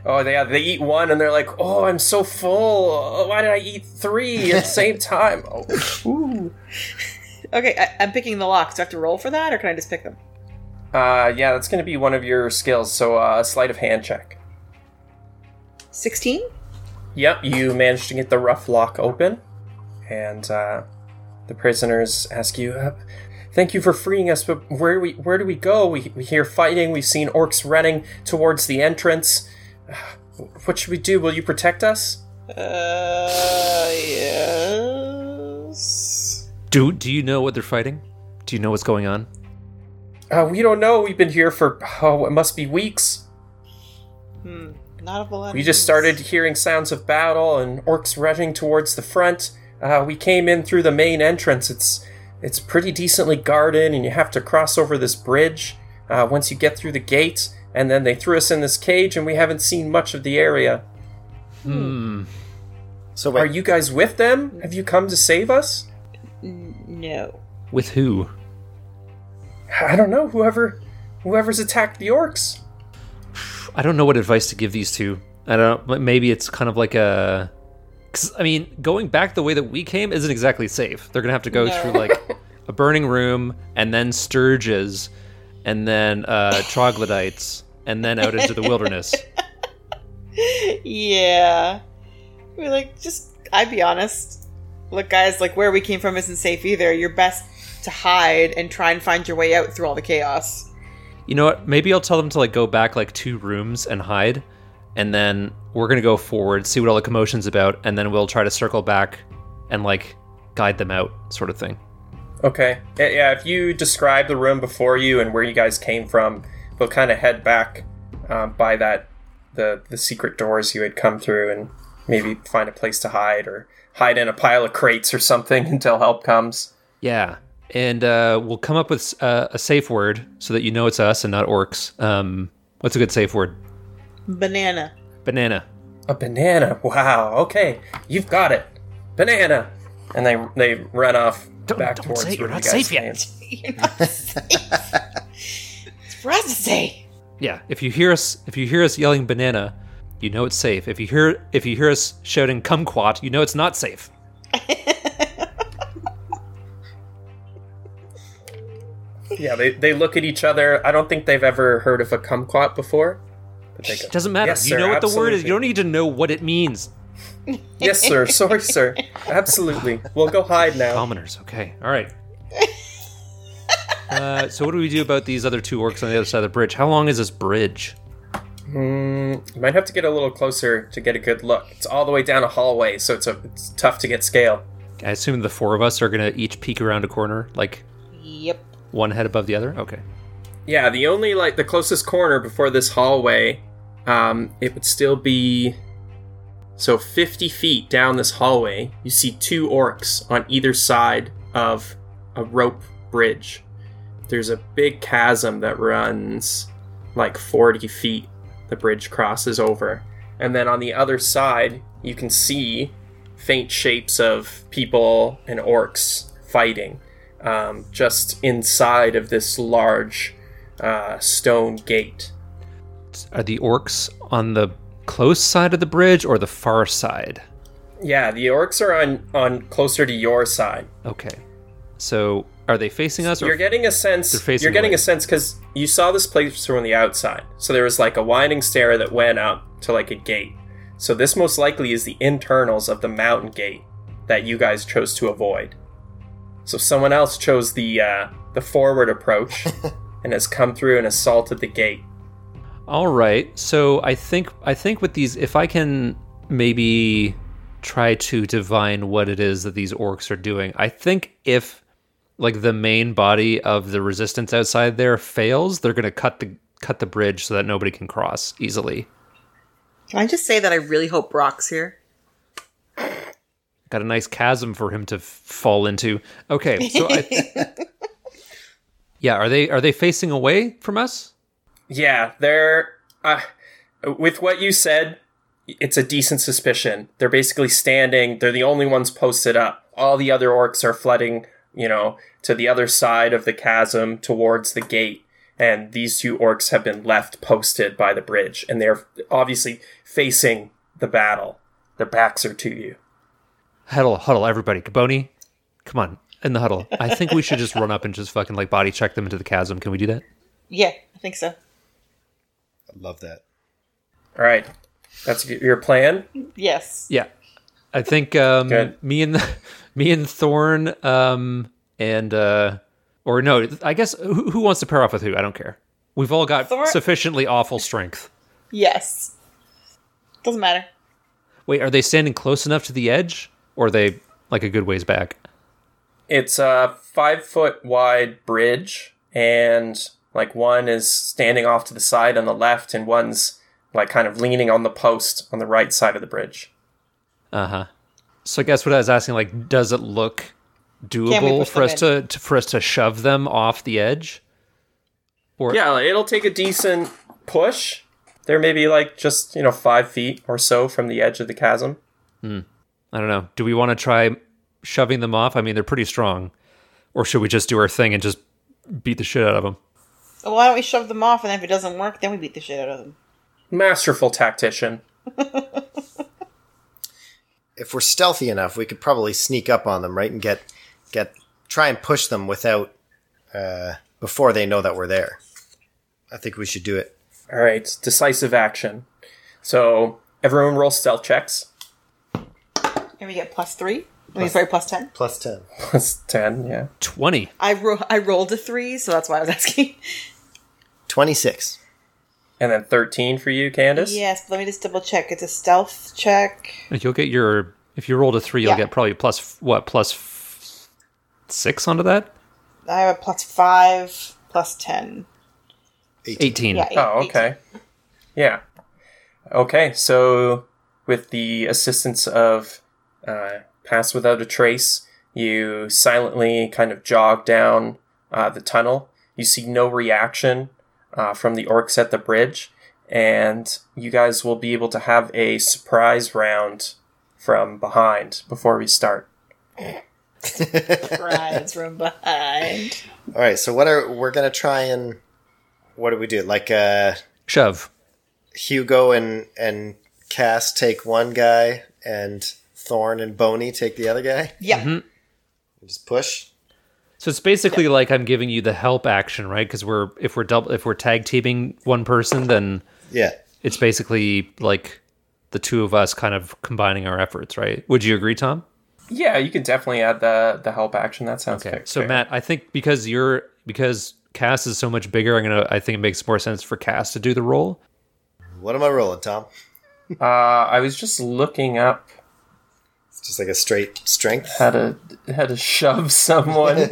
B: Oh, they they eat one and they're like, "Oh, I'm so full. Oh, why did I eat three at the same time?" Oh, ooh.
D: Okay, I- I'm picking the locks. Do I have to roll for that, or can I just pick them?
B: Uh, yeah, that's going to be one of your skills. So, uh, sleight of hand check.
D: 16?
B: Yep, you managed to get the rough lock open, and uh, the prisoners ask you, uh, "Thank you for freeing us, but where do we where do we go? We we hear fighting. We've seen orcs running towards the entrance. Uh, What should we do? Will you protect us?"
D: Uh, yes.
A: do Do you know what they're fighting? Do you know what's going on?
B: Uh, we don't know. We've been here for oh, it must be weeks.
D: Hmm. Not a whole lot.
B: We
D: of
B: just
D: things.
B: started hearing sounds of battle and orcs rushing towards the front. Uh, we came in through the main entrance. It's it's pretty decently guarded, and you have to cross over this bridge uh, once you get through the gate. And then they threw us in this cage, and we haven't seen much of the area.
A: Hmm.
C: So wait,
B: Are you guys with them? Have you come to save us?
D: N- No.
A: With who?
B: I don't know. Whoever whoever's attacked the orcs.
A: I don't know what advice to give these two. I don't. m- Maybe it's kind of like a. 'cause, I mean, going back the way that we came isn't exactly safe. They're gonna have to go
D: No.
A: through like a burning room, and then Sturges, and then uh, troglodytes, and then out into the wilderness.
D: yeah. We're like, just, I'd be honest. Look, guys, like, where we came from isn't safe either. You're best to hide and try and find your way out through all the chaos.
A: You know what? Maybe I'll tell them to like go back like two rooms and hide, and then we're gonna go forward, see what all the commotion's about, and then we'll try to circle back and like guide them out, sort of thing.
B: Okay. Yeah, yeah, if you describe the room before you and where you guys came from, they'll kind of head back um, by that the the secret doors you had come through and maybe find a place to hide or hide in a pile of crates or something until help comes.
A: Yeah, and uh, we'll come up with uh, a safe word so that you know it's us and not orcs. Um, what's a good safe word?
D: Banana.
A: Banana.
B: A banana. Wow. Okay. You've got it. Banana. And they they run off
A: Don't-
B: back
A: don't
B: towards
A: say it,
B: where
A: you're not
B: you guys
A: safe yet.
B: came.
D: You're not safe. it's for us to say.
A: Yeah. If you hear us, if you hear us yelling banana, you know it's safe. If you hear if you hear us shouting kumquat, you know it's not safe.
B: Yeah. They they look at each other. I don't think they've ever heard of a kumquat before. But they go,
A: It doesn't matter.
B: "Yes,
A: you
B: sir,
A: know what the word is.
B: absolutely."
A: You don't need to know what it means.
B: yes, sir. Sorry, sir. Absolutely. We'll go hide now.
A: Commoners. Okay. All right. Uh, so what do we do about these other two orcs on the other side of the bridge? How long is this bridge?
B: Mm, you might have to get a little closer to get a good look. It's all the way down a hallway, so it's a it's tough to get scale.
A: I assume the four of us are gonna each peek around a corner, like
D: Yep.
A: one head above the other. Okay.
B: Yeah, the only like the closest corner before this hallway, um, it would still be so fifty feet down this hallway. You see two orcs on either side of a rope bridge. There's a big chasm that runs like forty feet. The bridge crosses over, and then on the other side, you can see faint shapes of people and orcs fighting. um, just inside of this large uh, stone gate.
A: Are the orcs on the close side of the bridge or the far side?
B: Yeah, the orcs are on on closer to your side.
A: Okay. So are they facing us?
B: You're
A: Or
B: getting a sense.
A: facing
B: You're getting
A: away.
B: a sense because you saw this place from the outside. So there was like a winding stair that went up to like a gate. So this most likely is the internals of the mountain gate that you guys chose to avoid. So someone else chose the uh, the forward approach and has come through and assaulted the gate.
A: all right. So I think I think with these, if I can maybe try to divine what it is that these orcs are doing, I think if like the main body of the resistance outside there fails, they're gonna cut the cut the bridge so that nobody can cross easily.
D: Can I just say that I really hope Brock's here?
A: Got a nice chasm for him to f- fall into. Okay, so I, yeah, are they are they facing away from us?
B: Yeah, they're uh, with what you said. It's a decent suspicion. They're basically standing. They're the only ones posted up. All the other orcs are flooding, you know, to the other side of the chasm towards the gate, and these two orcs have been left posted by the bridge, and they're obviously facing the battle. Their backs are to you.
A: Huddle, huddle, everybody, Kaboni, come on in the huddle. I think we should just run up and just fucking like body check them into the chasm. Can we do that?
D: Yeah, I think so.
C: I love that.
B: All right, that's y- your plan.
D: Yes.
A: Yeah, I think um,
B: Good.
A: me and me and Thorn um, and uh, or no, I guess who, who wants to pair off with who? I don't care. We've all got
D: Thor-
A: sufficiently awful strength.
D: Yes. Doesn't matter.
A: Wait, are they standing close enough to the edge, or are they like a good ways back?
B: It's a five foot wide bridge, and like one is standing off to the side on the left, and one's like kind of leaning on the post on the right side of the bridge.
A: Uh huh. So I guess what I was asking, like, does it look doable
D: push
A: for us
D: them
A: to, to for us to shove them off the edge? Or
B: Yeah, like, it'll take a decent push. They're maybe like just, you know, five feet or so from the edge of the chasm.
A: I don't know. Do we want to try shoving them off? I mean, they're pretty strong. Or should we just do our thing and just beat the shit out of them?
D: Well, why don't we shove them off, and if it doesn't work, then we beat the shit out of them.
B: Masterful tactician.
C: If we're stealthy enough, we could probably sneak up on them, right, and get get try and push them without uh, before they know that we're there. I think we should do it.
B: All right, decisive action. So everyone roll stealth checks.
D: And we get plus three. I mean, sorry, plus ten.
C: Plus ten.
B: Plus 10, yeah.
A: Twenty.
D: I ro- I rolled a three, so that's why I was asking.
C: Twenty six.
B: And then 13 for you, Candace.
D: yes, but let me just double check. It's a stealth check.
A: You'll get your if you rolled a three, you'll
D: Yeah.
A: get probably plus f- what plus f- six onto that.
D: I have a plus five, plus ten.
A: Eighteen.
D: Yeah. eight-
B: Oh,
D: eight.
B: okay. Yeah. Okay, so with the assistance of uh, Pass Without a Trace, you silently kind of jog down uh, the tunnel. You see no reaction uh, from the orcs at the bridge, and you guys will be able to have a surprise round from behind before we start.
D: Rides from behind.
C: All right. So what are we're gonna try and what do we do? Like uh,
A: Shove.
C: Hugo and and Cass take one guy, and Thorn and Boney take the other guy.
D: Yeah.
C: Just push.
A: So it's basically like I'm giving you the help action, right? Because we're if we're double if we're tag teaming one person, then
C: Yeah.
A: it's basically like the two of us kind of combining our efforts, right? Would you agree, Tom?
B: Yeah, you can definitely add the the help action. That sounds okay.
A: So Matt, I think because you're because Cass is so much bigger, I'm gonna I think it makes more sense for Cass to do the role.
C: What am I rolling, Tom?
B: uh, I was just looking up
C: It's just like a straight strength.
B: how to how to shove someone.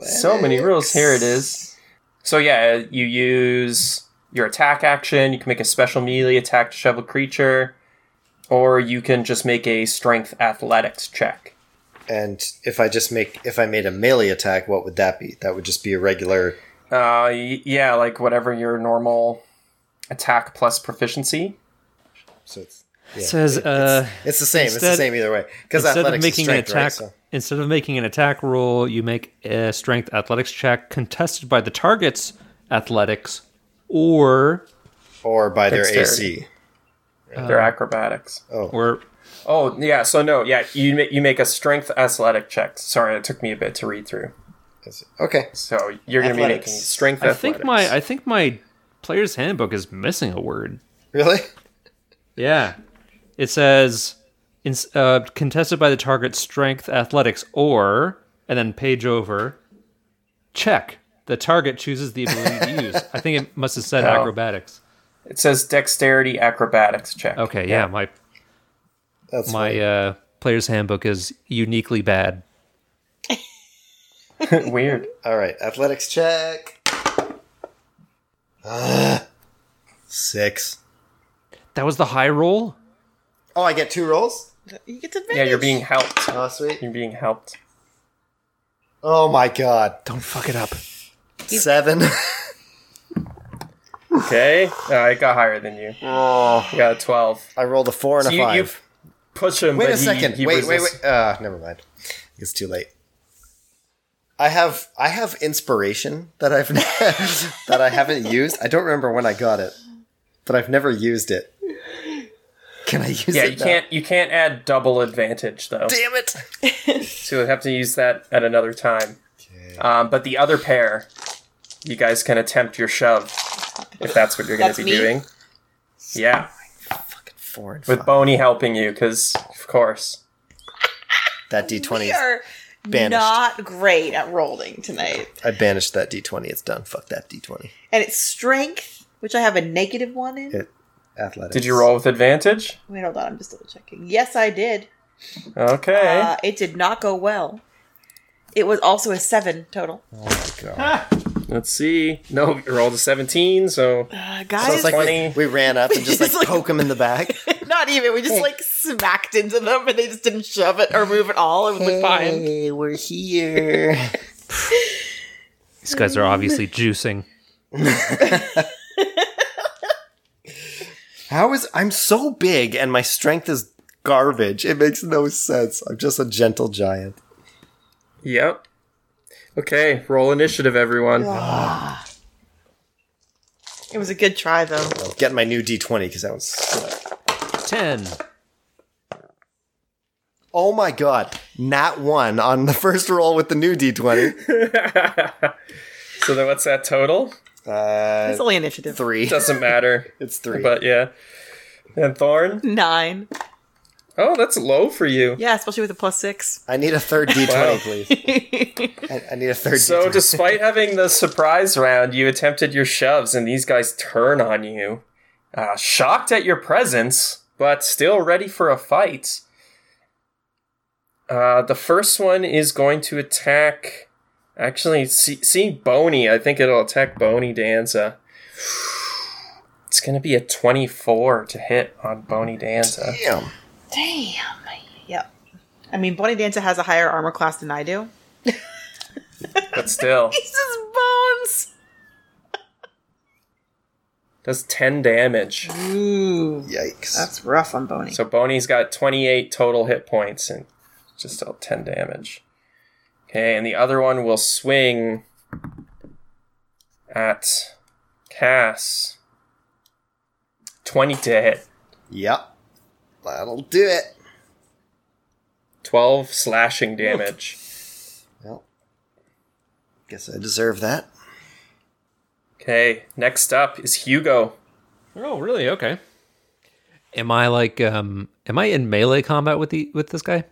B: so many rules. Here it is. So yeah, you use your attack action. You can make a special melee attack to shove a creature, or you can just make a strength athletics check.
C: And if I just make if I made a melee attack, what would that be? That would just be a regular.
B: Uh, y- yeah, like whatever your normal attack plus proficiency.
C: So it's
A: says uh,
C: It's the same. it's
A: Instead-
C: the same either way. Because
A: instead of
C: athletics
A: making
C: is strength,
A: an attack,
C: right? So-
A: instead of making an attack roll, you make a strength athletics check contested by the target's athletics or
C: or by their
B: Dexterity.
C: AC.
A: Uh.
B: They're acrobatics.
A: or
B: Oh yeah, so no, yeah, you ma- you make a strength athletic check. Sorry, it took me a bit to read through.
C: Okay.
B: So you're going to be
C: Athletics.
B: making strength.
A: I think
B: athletics.
A: my I think my player's handbook is missing a word.
C: Really?
A: Yeah. It says in, uh, contested by the target's strength, athletics, or, and then page over, check. The target chooses the ability to use. I think it must have said acrobatics.
B: it says dexterity acrobatics check.
A: Okay, yeah, my
C: That's
A: my uh, player's handbook is uniquely bad.
B: Weird.
A: uh,
C: All right. Athletics check. Ah. six.
A: That was the high roll.
C: Oh, I get two rolls.
D: You get to
B: Yeah, you're
D: advantage.
B: being helped.
C: Oh, sweet.
B: You're being helped.
C: Oh my god.
A: Don't fuck it up.
C: Seven.
B: Okay, uh, I got higher than you.
C: oh.
B: You got a twelve.
C: I rolled a four and a
B: So you,
C: five.
B: you push him.
C: Wait
B: but
C: a
B: he-
C: second.
B: he
C: wait, wait,
B: resists.
C: wait. Uh, never mind. It's too late. I have I have inspiration that I've that I haven't used. I don't remember when I got it, but I've never used it. Can I use
B: Yeah,
C: it?
B: you
C: now?
B: can't. You can't add double advantage though.
C: Damn it!
B: So you'll have to use that at another time. Um, but the other pair, you guys can attempt your shove if that's what you're going
D: That's
B: to be
D: me?
B: doing. Yeah,
C: Four and
B: with
C: five.
B: Boney helping you because of course.
C: that D twenty.
D: We are
C: banished.
D: not great at rolling tonight.
C: I banished that D twenty. It's done. Fuck that D twenty.
D: And it's strength, which I have a negative one in.
C: It athletics.
B: Did you roll with advantage?
D: Wait, hold on. I'm just double checking. Yes, I did.
B: Okay.
D: Uh, it did not go well. It was also a seven total.
C: God.
B: Let's see. No, you rolled a 17, so
D: Uh,
C: So
D: guys,
C: it's like we,
B: 20.
C: we ran up and just like,
D: It's like-
C: poke him in the back.
D: not even. We just like smacked into them, and they just didn't shove it or move at all. It was fine.
C: Hey, we're here.
A: These guys are obviously juicing.
C: How is I'm so big and my strength is garbage. It makes no sense. I'm just a gentle giant.
B: yep. Okay, roll initiative, everyone.
D: It was a good try, though.
C: I'm getting my new D20 because that was.
A: Ten.
C: Oh my god! Nat one on the first roll with the new D20.
B: So then what's that total?
C: Uh,
D: It's only initiative.
C: three.
B: Doesn't matter,
C: It's three.
B: but yeah. And Thorn?
D: Nine.
B: Oh, that's low for you.
D: Yeah, especially with a plus six.
C: I need a third D20,
B: Wow.
C: please. I, I need a third.
B: So
C: D20.
B: despite having the surprise round, you attempted your shoves and these guys turn on you. Uh, shocked at your presence, but still ready for a fight. Uh, the first one is going to attack. Actually, see, see Boney. I think it'll attack Boney Danza. It's going to be a 24 to hit on Boney Danza.
C: Damn.
D: Damn. Yep. I mean, Bonnie Dancer has a higher armor class than I do.
B: But still,
D: He's just bones.
B: does 10 damage.
D: Ooh,
C: Yikes.
D: that's rough on Boney.
B: So Boney's got 28 total hit points and just dealt 10 damage. Okay, and the other one will swing at Cass. 20 to hit.
C: yep. That'll do it.
B: 12 slashing damage.
C: Well, guess I deserve that.
B: Okay, next up is Hugo.
A: Oh, really? Okay. Am I like um am I in melee combat with the with this guy?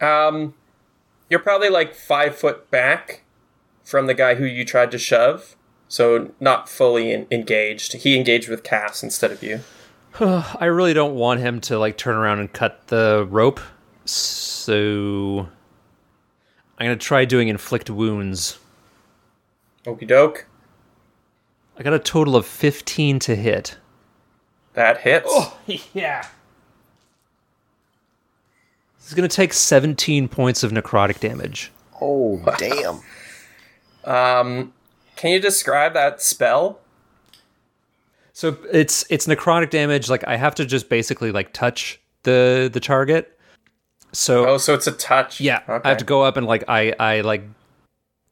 B: Um, you're probably like five foot back from the guy who you tried to shove, so not fully en- engaged. He engaged with Cass instead of you.
A: I really don't want him to like turn around and cut the rope, so I'm gonna try doing inflict wounds.
B: Okey doke.
A: I got a total of 15 to hit.
B: That hits.
A: Oh. This is gonna take 17 points of necrotic damage.
C: Oh damn.
B: Um, can you describe that spell?
A: So it's it's necrotic damage. Like I have to just basically like touch the the target. So
B: Oh, so it's a touch.
A: yeah,
B: Okay.
A: I have to go up and like I I like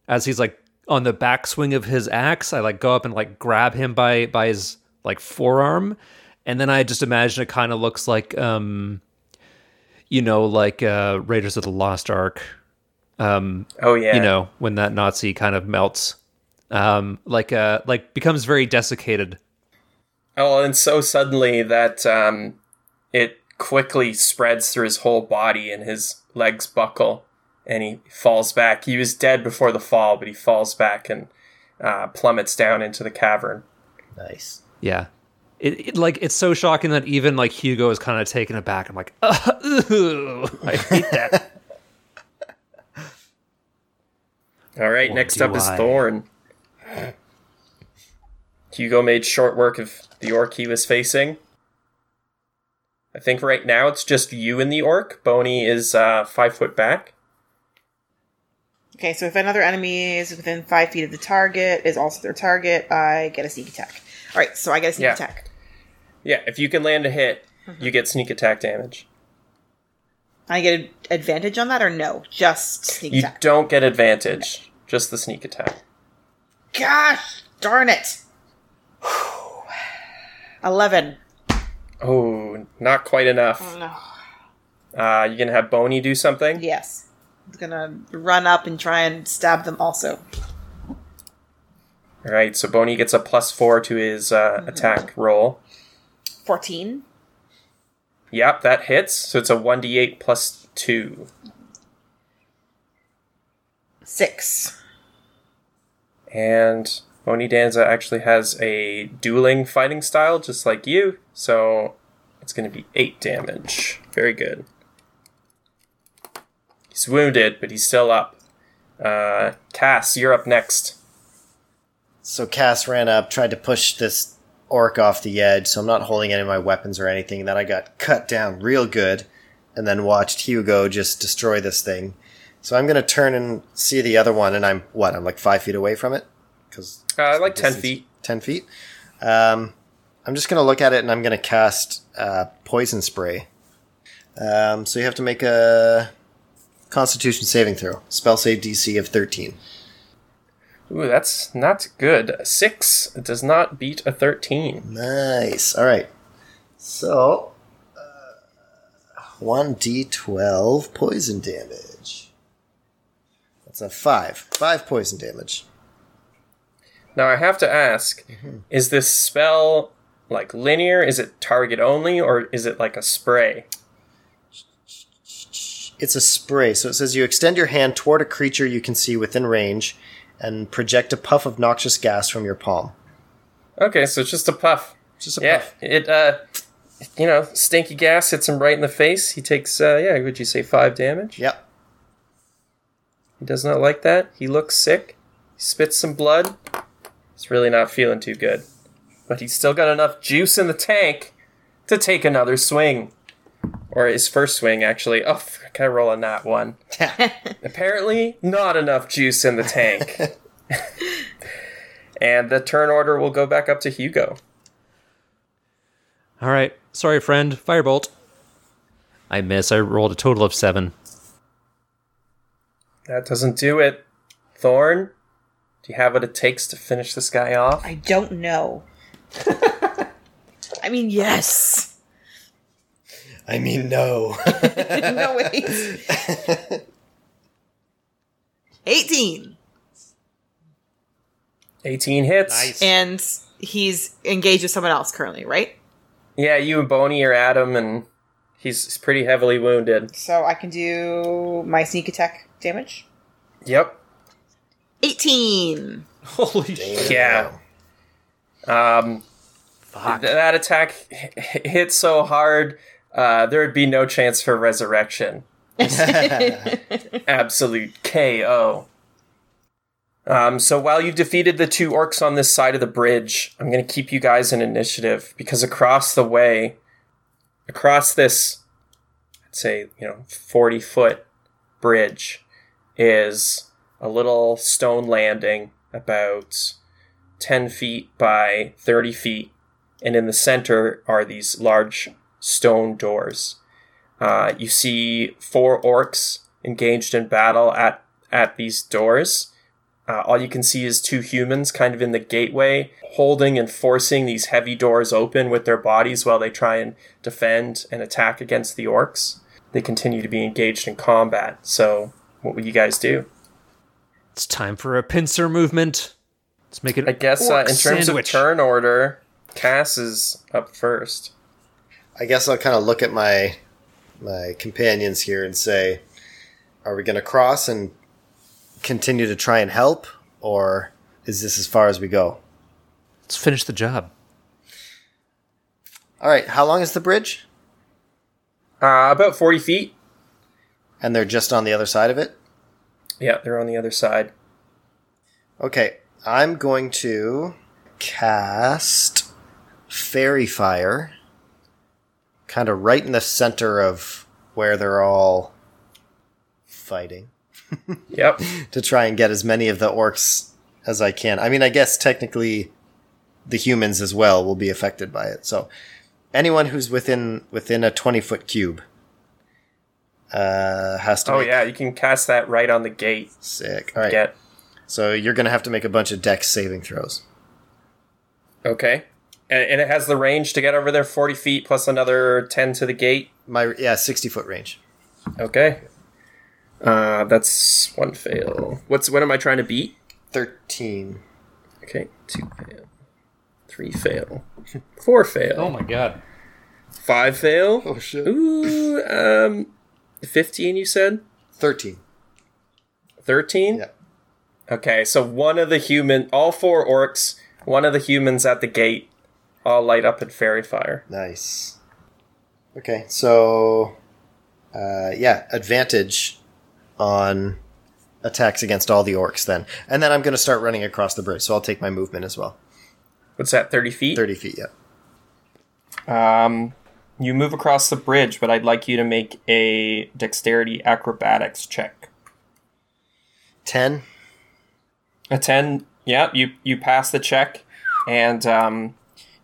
A: as he's like on the backswing of his axe, I like go up and like grab him by by his like forearm, and then I just imagine it kind of looks like um, you know, like uh Raiders of the Lost Ark,
B: oh yeah.
A: you know, when that Nazi kind of melts, um, like uh like becomes very desiccated.
B: Oh, and so suddenly that um, it quickly spreads through his whole body, and his legs buckle, and he falls back. He was dead before the fall, but he falls back and uh, plummets down into the cavern.
C: Nice.
A: Yeah. It, it like it's so shocking that even like Hugo is kind of taken aback. I'm like, "Ugh, I hate that.
B: All right, next
A: do
B: up is
A: I.
B: Thorn. Hugo made short work of the orc he was facing. I think right now it's just you and the orc. Boney is uh, five foot back.
D: Okay, so if another enemy is within five feet of the target, is also their target, I get a sneak attack. All right, so I get a sneak
B: Yeah.
D: attack.
B: Yeah, if you can land a hit, you get sneak attack damage.
D: I get an advantage on that, or no? Just sneak
B: You
D: attack.
B: don't get advantage, just the sneak attack.
D: Gosh, darn it! Eleven.
B: Oh, not quite enough.
D: No.
B: Uh, you gonna have Boney do something?
D: Yes, I'm gonna run up and try and stab them. Also,
B: All right, so Boney gets a plus four to his uh, attack roll.
D: fourteen.
B: Yep, that hits. So it's a one d eight plus two,
D: Six.
B: and Boney Danza actually has a dueling fighting style, just like you. So it's gonna be eight damage. Very good. He's wounded, but he's still up. Uh, Cass, you're up next.
C: So Cass ran up, tried to push this orc off the edge, so I'm not holding any of my weapons or anything. Then I got cut down real good, and then watched Hugo just destroy this thing. So I'm going to turn and see the other one, and I'm, what, I'm like five feet away from it? Because
B: Uh, like ten feet.
C: 10 feet. Um, I'm just going to look at it and I'm going to cast uh, Poison Spray. Um, so you have to make a Constitution saving throw. Spell save DC of 13.
B: Ooh, that's not good. A Six does not beat a thirteen.
C: Nice. All right. So, uh, 1d12 poison damage. That's a 5. 5 poison damage.
B: Now I have to ask:
C: Mm-hmm.
B: Is this spell like linear? Is it target only, or is it like a spray?
C: It's a spray. So it says you extend your hand toward a creature you can see within range and project a puff of noxious gas from your palm.
B: Okay, so it's just a puff.
C: Just a
B: yeah,
C: puff.
B: it uh, you know, stinky gas hits him right in the face. He takes uh, yeah, would you say five damage?
C: Yep.
B: He does not like that. He looks sick. He spits some blood. He's really not feeling too good, but he's still got enough juice in the tank to take another swing, or his first swing actually. Oh, can I roll on that one? Apparently, not enough juice in the tank. and the turn order will go back up to Hugo.
A: All right. Sorry, friend. Firebolt. I miss. I rolled a total of seven.
B: That doesn't do it. Thorn, do you have what it takes to finish this guy off?
D: I don't know. I mean, yes.
C: I mean, no.
D: no way. Eighteen.
B: 18 hits.
D: and he's engaged with someone else currently, right?
B: Yeah, you and Boney are at him, and he's he's pretty heavily wounded.
D: So I can do my sneak attack damage.
B: Yep.
D: 18.
A: Holy shit.
B: Yeah. Um, th- that attack h- h- hit so hard, uh, there would be no chance for resurrection. Absolute KO. Um, so while you defeated the two orcs on this side of the bridge, I'm going to keep you guys in initiative because across the way, across this, I'd say, you know, 40 foot bridge is a little stone landing about 10 feet by 30 feet and in the center are these large stone doors. Uh, you see four orcs engaged in battle at at these doors. Uh, all you can see is two humans kind of in the gateway, holding and forcing these heavy doors open with their bodies while they try and defend and attack against the orcs. They continue to be engaged in combat. So, what would you guys do?
A: It's time for a pincer movement. Let's make it.
B: I guess uh,
A: orc
B: in terms
A: sandwich.
B: of turn order, Cass is up first.
C: I guess I'll kind of look at my my companions here and say, are we going to cross and continue to try and help, or is this as far as we go?
A: let's finish the job.
C: All right, how long is the bridge?
B: Uh, about forty feet.
C: And they're just on the other side of it.
B: Yeah, they're on the other side.
C: Okay, I'm going to cast fairy fire, kind of right in the center of where they're all fighting.
B: Yep.
C: to try and get as many of the orcs as I can. I mean, I guess technically the humans as well will be affected by it. So anyone who's within within a 20 foot cube uh has to
B: Oh
C: make-
B: yeah, you can cast that right on the gate.
C: sick. All right.
B: Get
C: So you're going to have to make a bunch of dex saving throws.
B: okay, and, and it has the range to get over there forty feet plus another ten to the gate.
C: My yeah, 60 foot range.
B: Okay, uh, that's one fail. What's what am I trying to beat?
C: 13.
B: Okay, two fail, three fail, four fail,
A: my god.
B: five fail.
C: Oh shit.
B: Ooh, um, fifteen. You said
C: 13.
B: thirteen.
C: Yeah.
B: Okay, so one of the human, all four orcs, one of the humans at the gate, all light up in fairy fire.
C: Nice. Okay, so uh, yeah, advantage on attacks against all the orcs then, and then I'm going to start running across the bridge. So I'll take my movement as well,
B: What's that? Thirty feet.
C: thirty feet. Yeah.
B: Um, you move across the bridge, but I'd like you to make a dexterity acrobatics check.
C: Ten.
B: A ten. Yeah, you you pass the check, and um,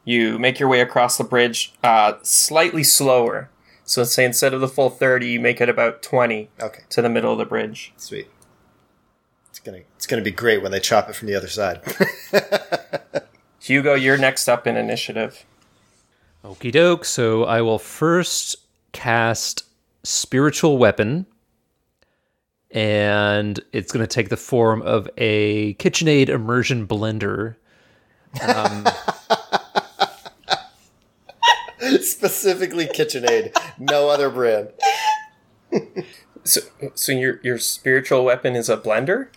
B: you make your way across the bridge uh, slightly slower. So say instead of the full thirty, you make it about twenty
C: Okay,
B: to the middle of the bridge.
C: sweet. It's gonna it's gonna be great when they chop it from the other side.
B: Hugo, you're next up in initiative.
A: Okie doke. So I will first cast Spiritual Weapon, and it's going to take the form of a KitchenAid immersion blender.
C: Specifically, KitchenAid, no other brand.
B: So, so your your spiritual weapon is a blender.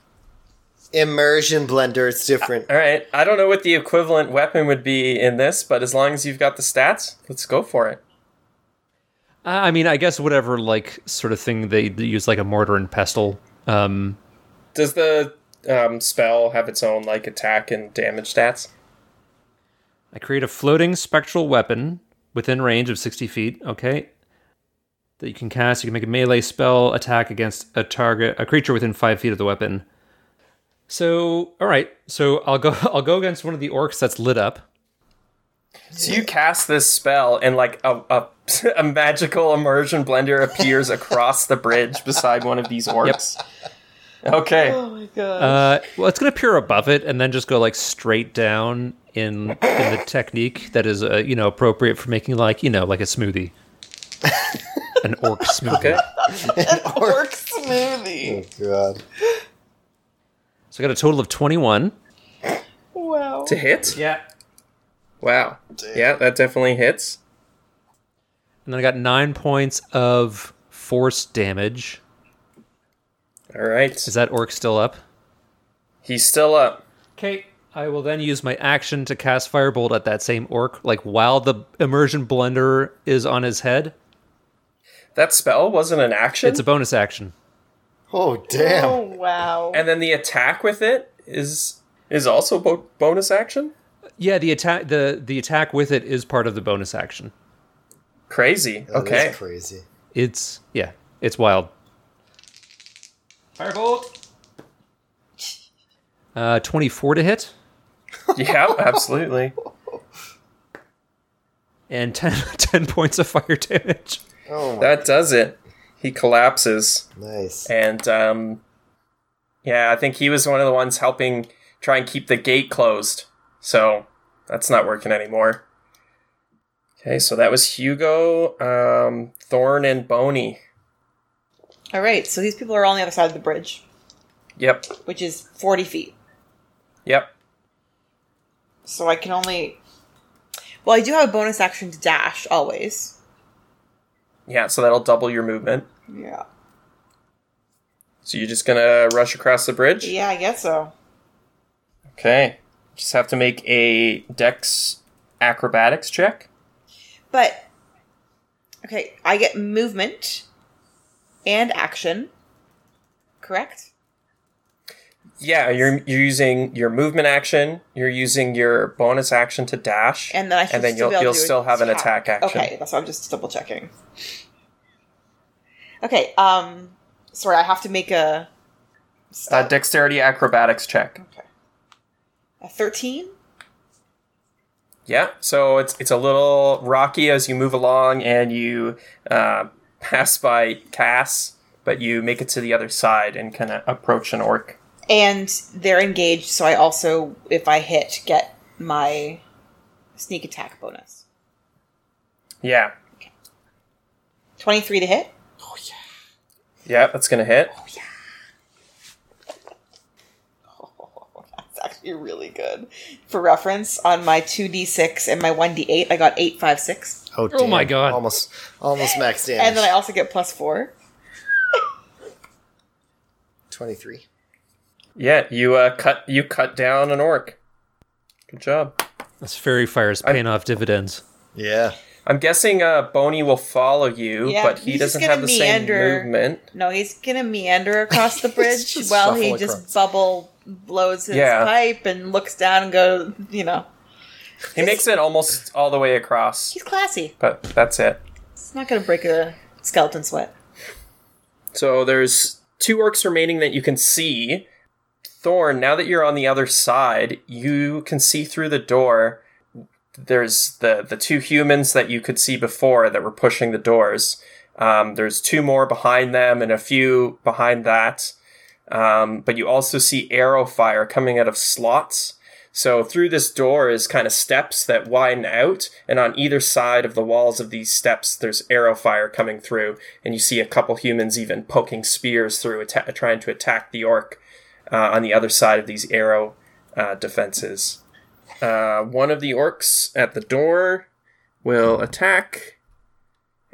C: Immersion blender. It's different.
B: All right, I don't know what the equivalent weapon would be in this, but as long as you've got the stats, let's go for it.
A: I I mean, I guess whatever like sort of thing they they use, like a mortar and pestle. Um,
B: Does the um, spell have its own like attack and damage stats?
A: I create a floating spectral weapon within range of 60 feet. Okay. That you can cast. You can make a melee spell attack against a target, a creature within five feet of the weapon. So, all right. So I'll go. I'll go against one of the orcs that's lit up.
B: So you cast this spell, and like a a, a magical immersion blender appears across the bridge beside one of these orcs. Okay,
D: Oh my god.
A: Uh, well, it's gonna appear above it and then just go like straight down in in the technique that is, uh, you know, appropriate for making like you know, like a smoothie, an orc smoothie.
B: okay.
D: Orc smoothie.
C: God.
A: So I got a total of twenty-one.
D: Wow.
B: To hit?
A: Yeah.
B: Wow. Yeah, that definitely hits.
A: And then I got nine points of force damage.
B: All right,
A: Is that orc still up?
B: he's still up.
A: Okay. I will then use my action to cast Firebolt at that same orc, like while the immersion blender is on his head.
B: That spell wasn't an action.
A: It's a bonus action.
C: Oh damn.
D: Oh wow.
B: and then the attack with it is is also bo- bonus action.
A: Yeah, the attack the the attack with it is part of the bonus action.
B: Crazy.
C: That is
B: okay.
C: crazy.
A: It's yeah, it's wild. Firebolt. Uh, twenty-four to hit.
B: yeah, absolutely.
A: and 10, 10 points of fire damage.
C: Oh,
B: That does it. He collapses.
C: nice.
B: And um, yeah, I think he was one of the ones helping try and keep the gate closed. So that's not working anymore. Okay, so that was Hugo, um, Thorn, and Boney.
D: All right, so these people are all on the other side of the bridge,
B: Yep,
D: which is 40 feet.
B: yep.
D: So I can only. Well, I do have a bonus action to dash always.
B: Yeah, so that'll double your movement.
D: Yeah.
B: So you're just gonna rush across the bridge?
D: Yeah, I guess so.
B: Okay. Just have to make a dex acrobatics check.
D: But okay, I get movement and action. Correct?
B: Yeah, you're you're using your movement action. You're using your bonus action to dash,
D: And then I should
B: and then you'll
D: still be able to
B: you'll
D: do
B: still have an attack action.
D: Okay, that's why I'm just double checking. Okay, um sorry, I have to make
B: Uh,
D: a stop.
B: dexterity acrobatics check.
D: okay. A 13?
B: Yeah, so it's it's a little rocky as you move along, and you uh, pass by Cass, but you make it to the other side and kind of approach an orc.
D: And they're engaged, so I also if I hit get my sneak attack bonus.
B: Yeah,
D: 23 to hit?
B: yeah, that's gonna hit.
D: That's actually really good. For reference, on my 2d6 and my 1d8, I got 8, 5, 6.
C: Oh,
A: Oh my
C: damn.
A: God.
C: Almost, almost max damage.
D: And then I also get plus 4.
C: Twenty-three.
B: Yeah, you uh, cut you cut down an orc. Good job.
A: That's fairy fires paying off dividends.
C: Yeah.
B: I'm guessing uh, Boney will follow you,
D: Yeah,
B: but he
D: he's just
B: doesn't
D: gonna
B: have the same
D: meander.
B: movement.
D: No, he's going to meander across the bridge
C: just
D: while he
C: shuffle
D: just
C: across.
D: bubble blows his
B: Yeah.
D: pipe and looks down and goes, you know.
B: He makes it almost all the way across,
D: He's classy.
B: but that's it.
D: It's not going to break a skeleton sweat.
B: So there's two orcs remaining that you can see. Thorn, now that you're on the other side, you can see through the door. There's the the two humans that you could see before that were pushing the doors. Um, there's two more behind them and a few behind that. Um, but you also see arrow fire coming out of slots. So through this door is kind of steps that widen out, and on either side of the walls of these steps, there's arrow fire coming through, and you see a couple humans even poking spears through, atta- trying to attack the orc uh, on the other side of these arrow uh, defenses. Uh, one of the orcs at the door will attack,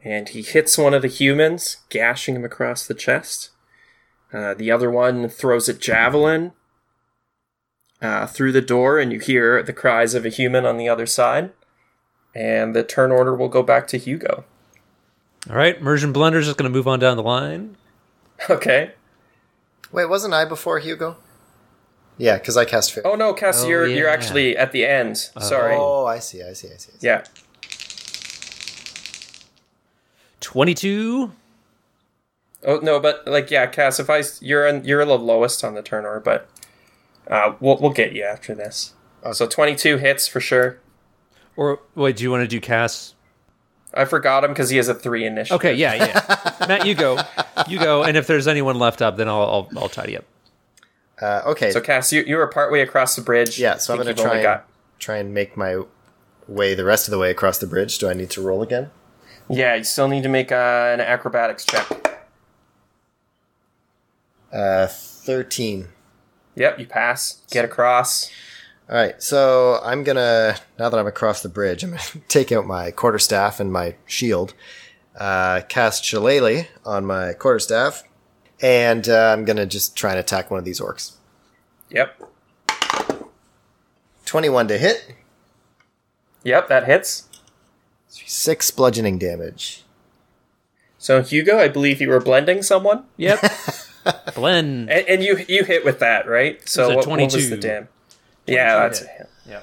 B: and he hits one of the humans, gashing him across the chest. Uh, the other one throws a javelin uh, through the door, and you hear the cries of a human on the other side. And the turn order will go back to Hugo.
A: All right, Immersion Blender's just going to move on down the line.
B: Okay.
C: Wait, wasn't I before Hugo? Yeah, because I cast fear.
B: Oh no, Cass,
A: Oh,
B: you're you're
A: yeah.
B: actually at the end. Sorry.
C: Oh, I see. I see. I see. I see.
B: Yeah.
A: 22.
B: Oh no, but like yeah, Cass, if I s- you're in, you're the lowest on the turn order, but uh, we'll we'll get you after this. So twenty two hits for sure.
A: Or wait, do you want to do Cass?
B: I forgot him because he has a three initiative.
A: Okay, yeah, yeah. Matt, you go. You go. And if there's anyone left up, then I'll, I'll, I'll tidy up.
C: Uh, okay.
B: So Cass, you you were partway across the bridge.
C: yeah, so I'm
B: Think
C: gonna
B: you've
C: try
B: only
C: and, try and make my way the rest of the way across the bridge. Do I need to roll again?
B: Yeah, you still need to make uh, an acrobatics check.
C: Uh, Thirteen.
B: Yep, you pass. Get across.
C: All right, so I'm gonna now that I'm across the bridge, I'm gonna take out my quarterstaff and my shield, uh, cast Shillelagh on my quarterstaff, and uh, I'm gonna just try and attack one of these orcs.
B: Yep.
C: Twenty-one to hit,
B: Yep, that hits.
C: six bludgeoning damage.
B: So Hugo, I believe you were blending someone,
A: Yep. Blend.
B: and, and you you hit with that, right?
A: It
B: So
A: was a
B: what, what was
A: 22.
B: the dam? Yeah, that's a
A: hit.
B: hit.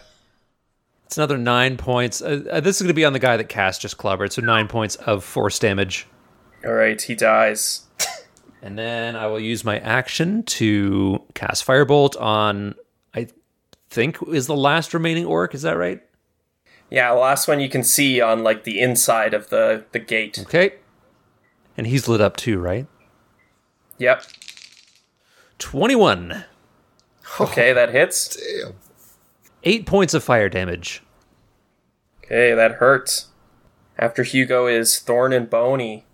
A: It's another nine points. Uh, uh, this is going to be on the guy that Cass just clobbered. So nine points of force damage.
B: All right, he dies.
A: And then I will use my action to cast Firebolt on, I think, is the last remaining orc. Is that right?
B: Yeah, last one you can see on like the inside of the the gate.
A: Okay. And he's lit up too, right?
B: Yep.
A: 21.
B: Okay, that hits.
C: Damn.
A: Eight points of fire damage.
B: Okay, that hurts. After Hugo is Thorn and Bony.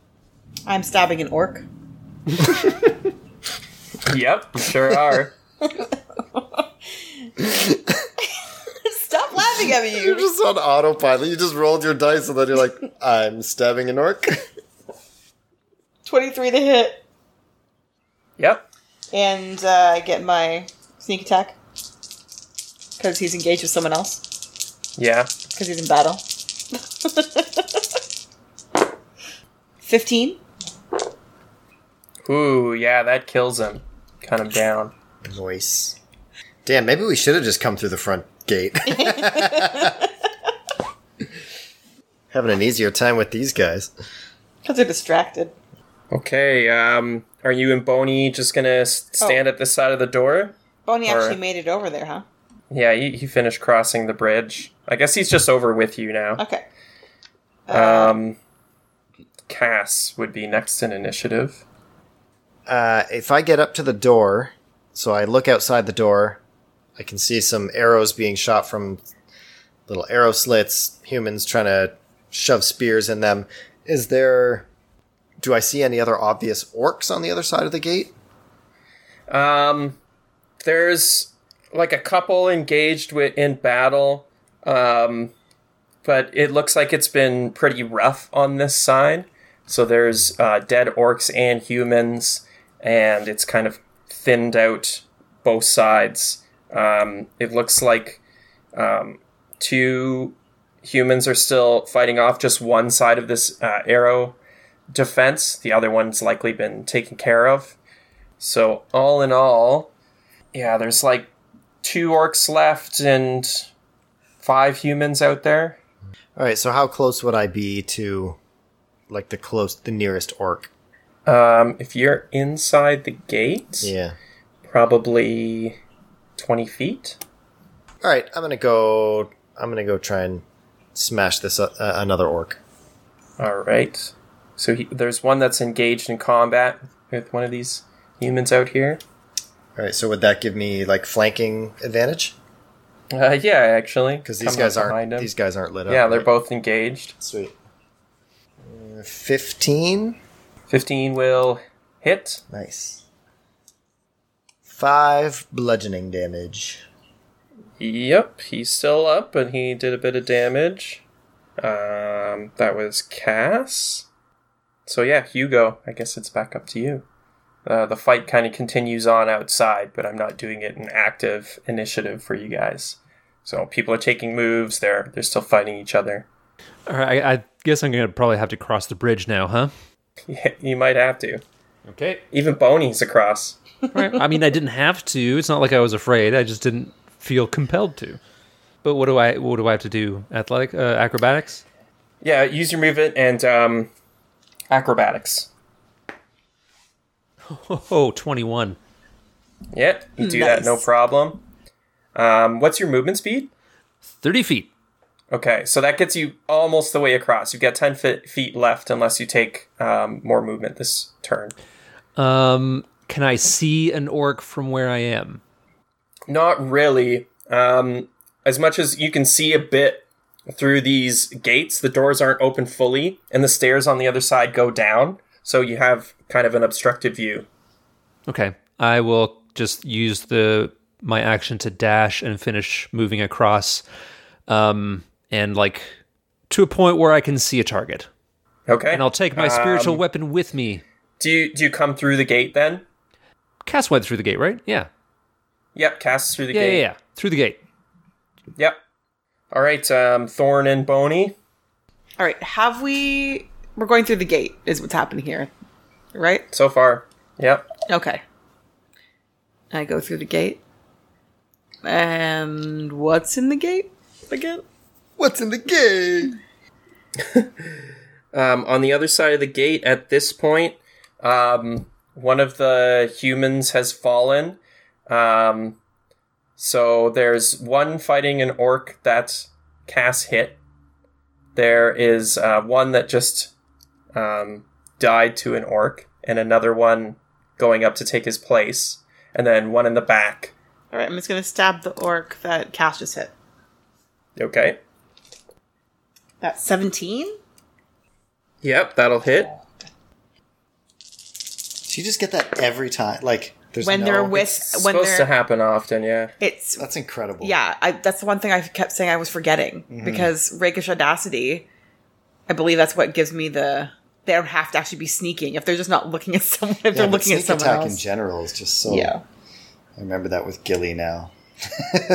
D: I'm stabbing an orc.
B: Yep, you sure are.
D: Stop laughing at me.
C: You're
D: you.
C: just on autopilot. You just rolled your dice and then you're like, I'm stabbing an orc.
D: 23 to hit,
B: Yep.
D: and uh, I get my sneak attack because he's engaged with someone else
B: Yeah.
D: because he's in battle. 15.
B: Ooh, yeah, that kills him. Cut him down.
C: Nice. Damn, maybe we should have just come through the front gate. Having an easier time with these guys.
D: Because they're distracted.
B: Okay, um, are you and Boney just gonna s-
A: Oh.
B: stand at this side of the door?
D: Boney
B: Or-
D: actually made it over there, huh?
B: Yeah, he, he finished crossing the bridge. I guess he's just over with you now.
D: Okay.
B: Um, Cass would be next in initiative.
C: Uh, if I get up to the door, so I look outside the door, I can see some arrows being shot from little arrow slits, humans trying to shove spears in them. Is there. Do I see any other obvious orcs on the other side of the gate?
B: Um, there's like a couple engaged with, in battle, um, but it looks like it's been pretty rough on this side. So there's uh, dead orcs and humans, and it's kind of thinned out both sides. Um, it looks like um, two humans are still fighting off just one side of this uh, arrow defense. The other one's likely been taken care of. So all in all, yeah, there's like two orcs left and five humans out there.
C: All right, so how close would I be to, like, the close, the nearest orc?
B: Um, if you're inside the gate,
C: Yeah.
B: probably twenty feet.
C: All right, I'm gonna go. I'm gonna go try and smash this uh, uh, another orc.
B: All right. So he, there's one that's engaged in combat with one of these humans out here.
C: All right, so would that give me like flanking advantage?
B: Uh, yeah, actually,
C: Because these
B: Coming
C: guys
B: up
C: aren't.
B: behind him.
C: These guys aren't lit up.
B: yeah, they're
C: right?
B: both engaged.
C: sweet. Uh, Fifteen.
B: Fifteen will hit.
C: Nice. Five bludgeoning damage.
B: Yep, he's still up, and he did a bit of damage. Um, that was Cass. So yeah, Hugo. I guess it's back up to you. Uh, the fight kind of continues on outside, but I'm not doing it an active initiative for you guys. So people are taking moves. They're they're still fighting each other.
A: All right, I, I guess I'm going to probably have to cross the bridge now, huh?
B: you might have to.
A: Okay.
B: Even Boney's across.
A: Right. I mean, I didn't have to. It's not like I was afraid. I just didn't feel compelled to. But what do I what do I have to do? Athletic uh, acrobatics?
B: Yeah, use your movement and um, acrobatics.
A: Oh, 21.
B: Yeah, you do that, no
D: Nice.
B: problem. Um, what's your movement speed?
A: 30 feet.
B: Okay, so that gets you almost the way across. You've got 10 fe- feet left unless you take um, more movement this turn.
A: Um, can I see an orc from where I am?
B: Not really. Um, as much as you can see a bit through these gates, the doors aren't open fully, and the stairs on the other side go down, so you have kind of an obstructed view.
A: Okay. I will just use the my action to dash and finish moving across um and like to a point where I can see a target.
B: Okay?
A: And I'll take my
D: Um,
A: spiritual weapon with me.
B: do, you, do you come through the gate then?
A: Cass went through the gate, right? Yeah.
B: Yep, cast through the
A: Yeah, yeah,
B: gate.
A: yeah. Through the gate.
B: Yep. All right, um, Thorn and Bony.
D: All right, have we. We're going through the gate, is what's happening here, right?
B: So far. Yep.
D: Okay. I go through the gate. And what's in the gate again?
C: What's in the game?
B: Um, on the other side of the gate, at this point, um, one of the humans has fallen. Um, so there's one fighting an orc that Cass hit There is uh, one that just um, died to an orc, and another one going up to take his place, and then one in the back.
D: All right, I'm just gonna stab the orc that Cass just hit.
B: Okay.
D: That's 17.
B: Yep, that'll hit.
C: So you just get that every time. Like there's
D: When
C: no,
D: they're with,
B: It's
D: when
B: supposed to
D: they're,
B: happen often, yeah.
D: it's
C: That's incredible.
D: yeah. I, that's the one thing I kept saying I was forgetting
C: Mm-hmm.
D: because rakish audacity. I believe that's what gives me the. They don't have to actually be sneaking if they're just not looking at someone. If
C: Yeah,
D: they're
C: but
D: looking at
C: sneak
D: someone
C: attack
D: else.
C: in general is just so.
D: yeah.
C: I remember that with Gilly now.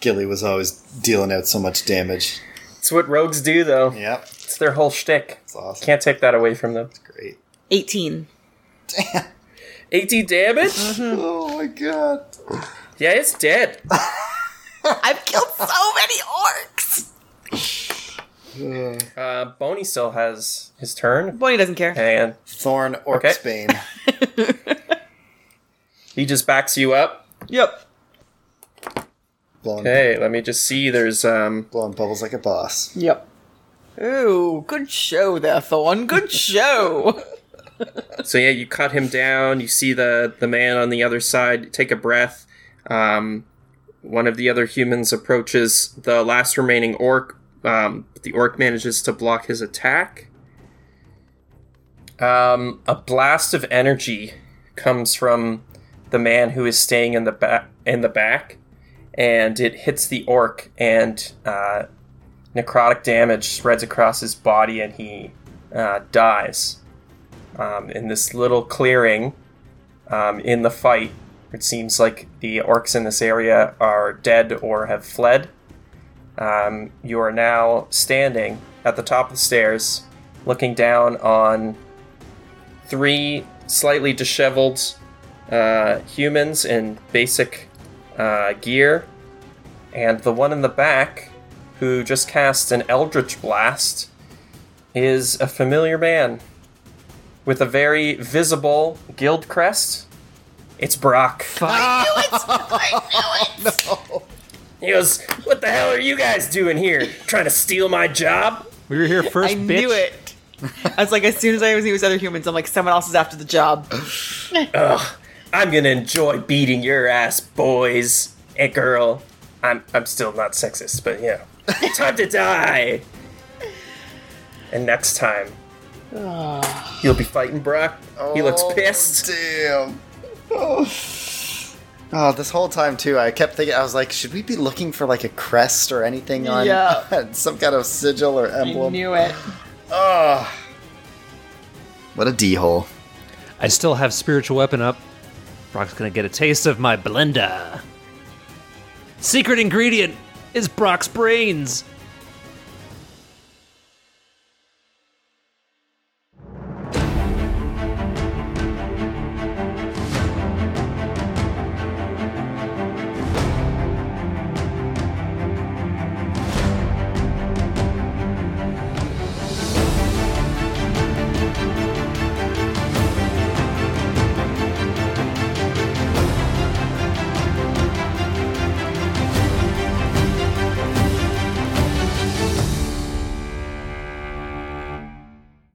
C: Gilly was always dealing out so much damage.
B: It's what rogues do, though.
C: Yep,
B: It's their whole shtick.
C: it's awesome.
B: Can't take that away from them.
C: Great.
D: 18.
C: Damn.
B: 80 damage?
D: Hmm.
C: Oh my god.
B: yeah, it's dead.
D: I've killed so many orcs.
B: Uh, Boney still has his turn,
D: Bonnie doesn't care.
B: and
C: Thorn
B: Okay.
C: Orcsbane.
B: he just backs you up.
D: Yep.
C: blowing,
B: Okay, let me just see. There's um,
C: blowing bubbles like a boss.
D: Yep. Ooh, good show there, Thorn. Good show.
B: So yeah, you cut him down. You see the the man on the other side take a breath. Um, one of the other humans approaches the last remaining orc. Um, but the orc manages to block his attack. Um, a blast of energy comes from the man who is staying in the back in the back, and it hits the orc and uh, necrotic damage spreads across his body, and he uh, dies um, in this little clearing um, in the fight. It seems like the orcs in this area are dead or have fled. Um, you are now standing at the top of the stairs, looking down on three slightly disheveled uh, humans in basic uh, gear, and the one in the back who just cast an Eldritch Blast is a familiar man with a very visible guild crest. It's Brock. He goes, What the hell are you guys doing here? Trying to steal my job?
A: We were here first,
D: I
A: bitch.
D: knew it. I was like, as soon as I was it was other humans, I'm like, someone else is after the job.
B: I'm gonna enjoy beating your ass, boys and girl. I'm I'm still not sexist, but yeah. time to die. And next time, you'll be fighting Brock. he looks
C: Oh.
B: pissed.
C: Damn. Oh. Oh, this whole time too, I kept thinking. I was like, should we be looking for like a crest or anything on
D: Yeah.
C: on some kind of sigil or
D: I
C: emblem?
D: knew it.
C: Oh. What a d hole.
A: I still have spiritual weapon up. Brock's gonna get a taste of my blender. Secret ingredient is Brock's brains.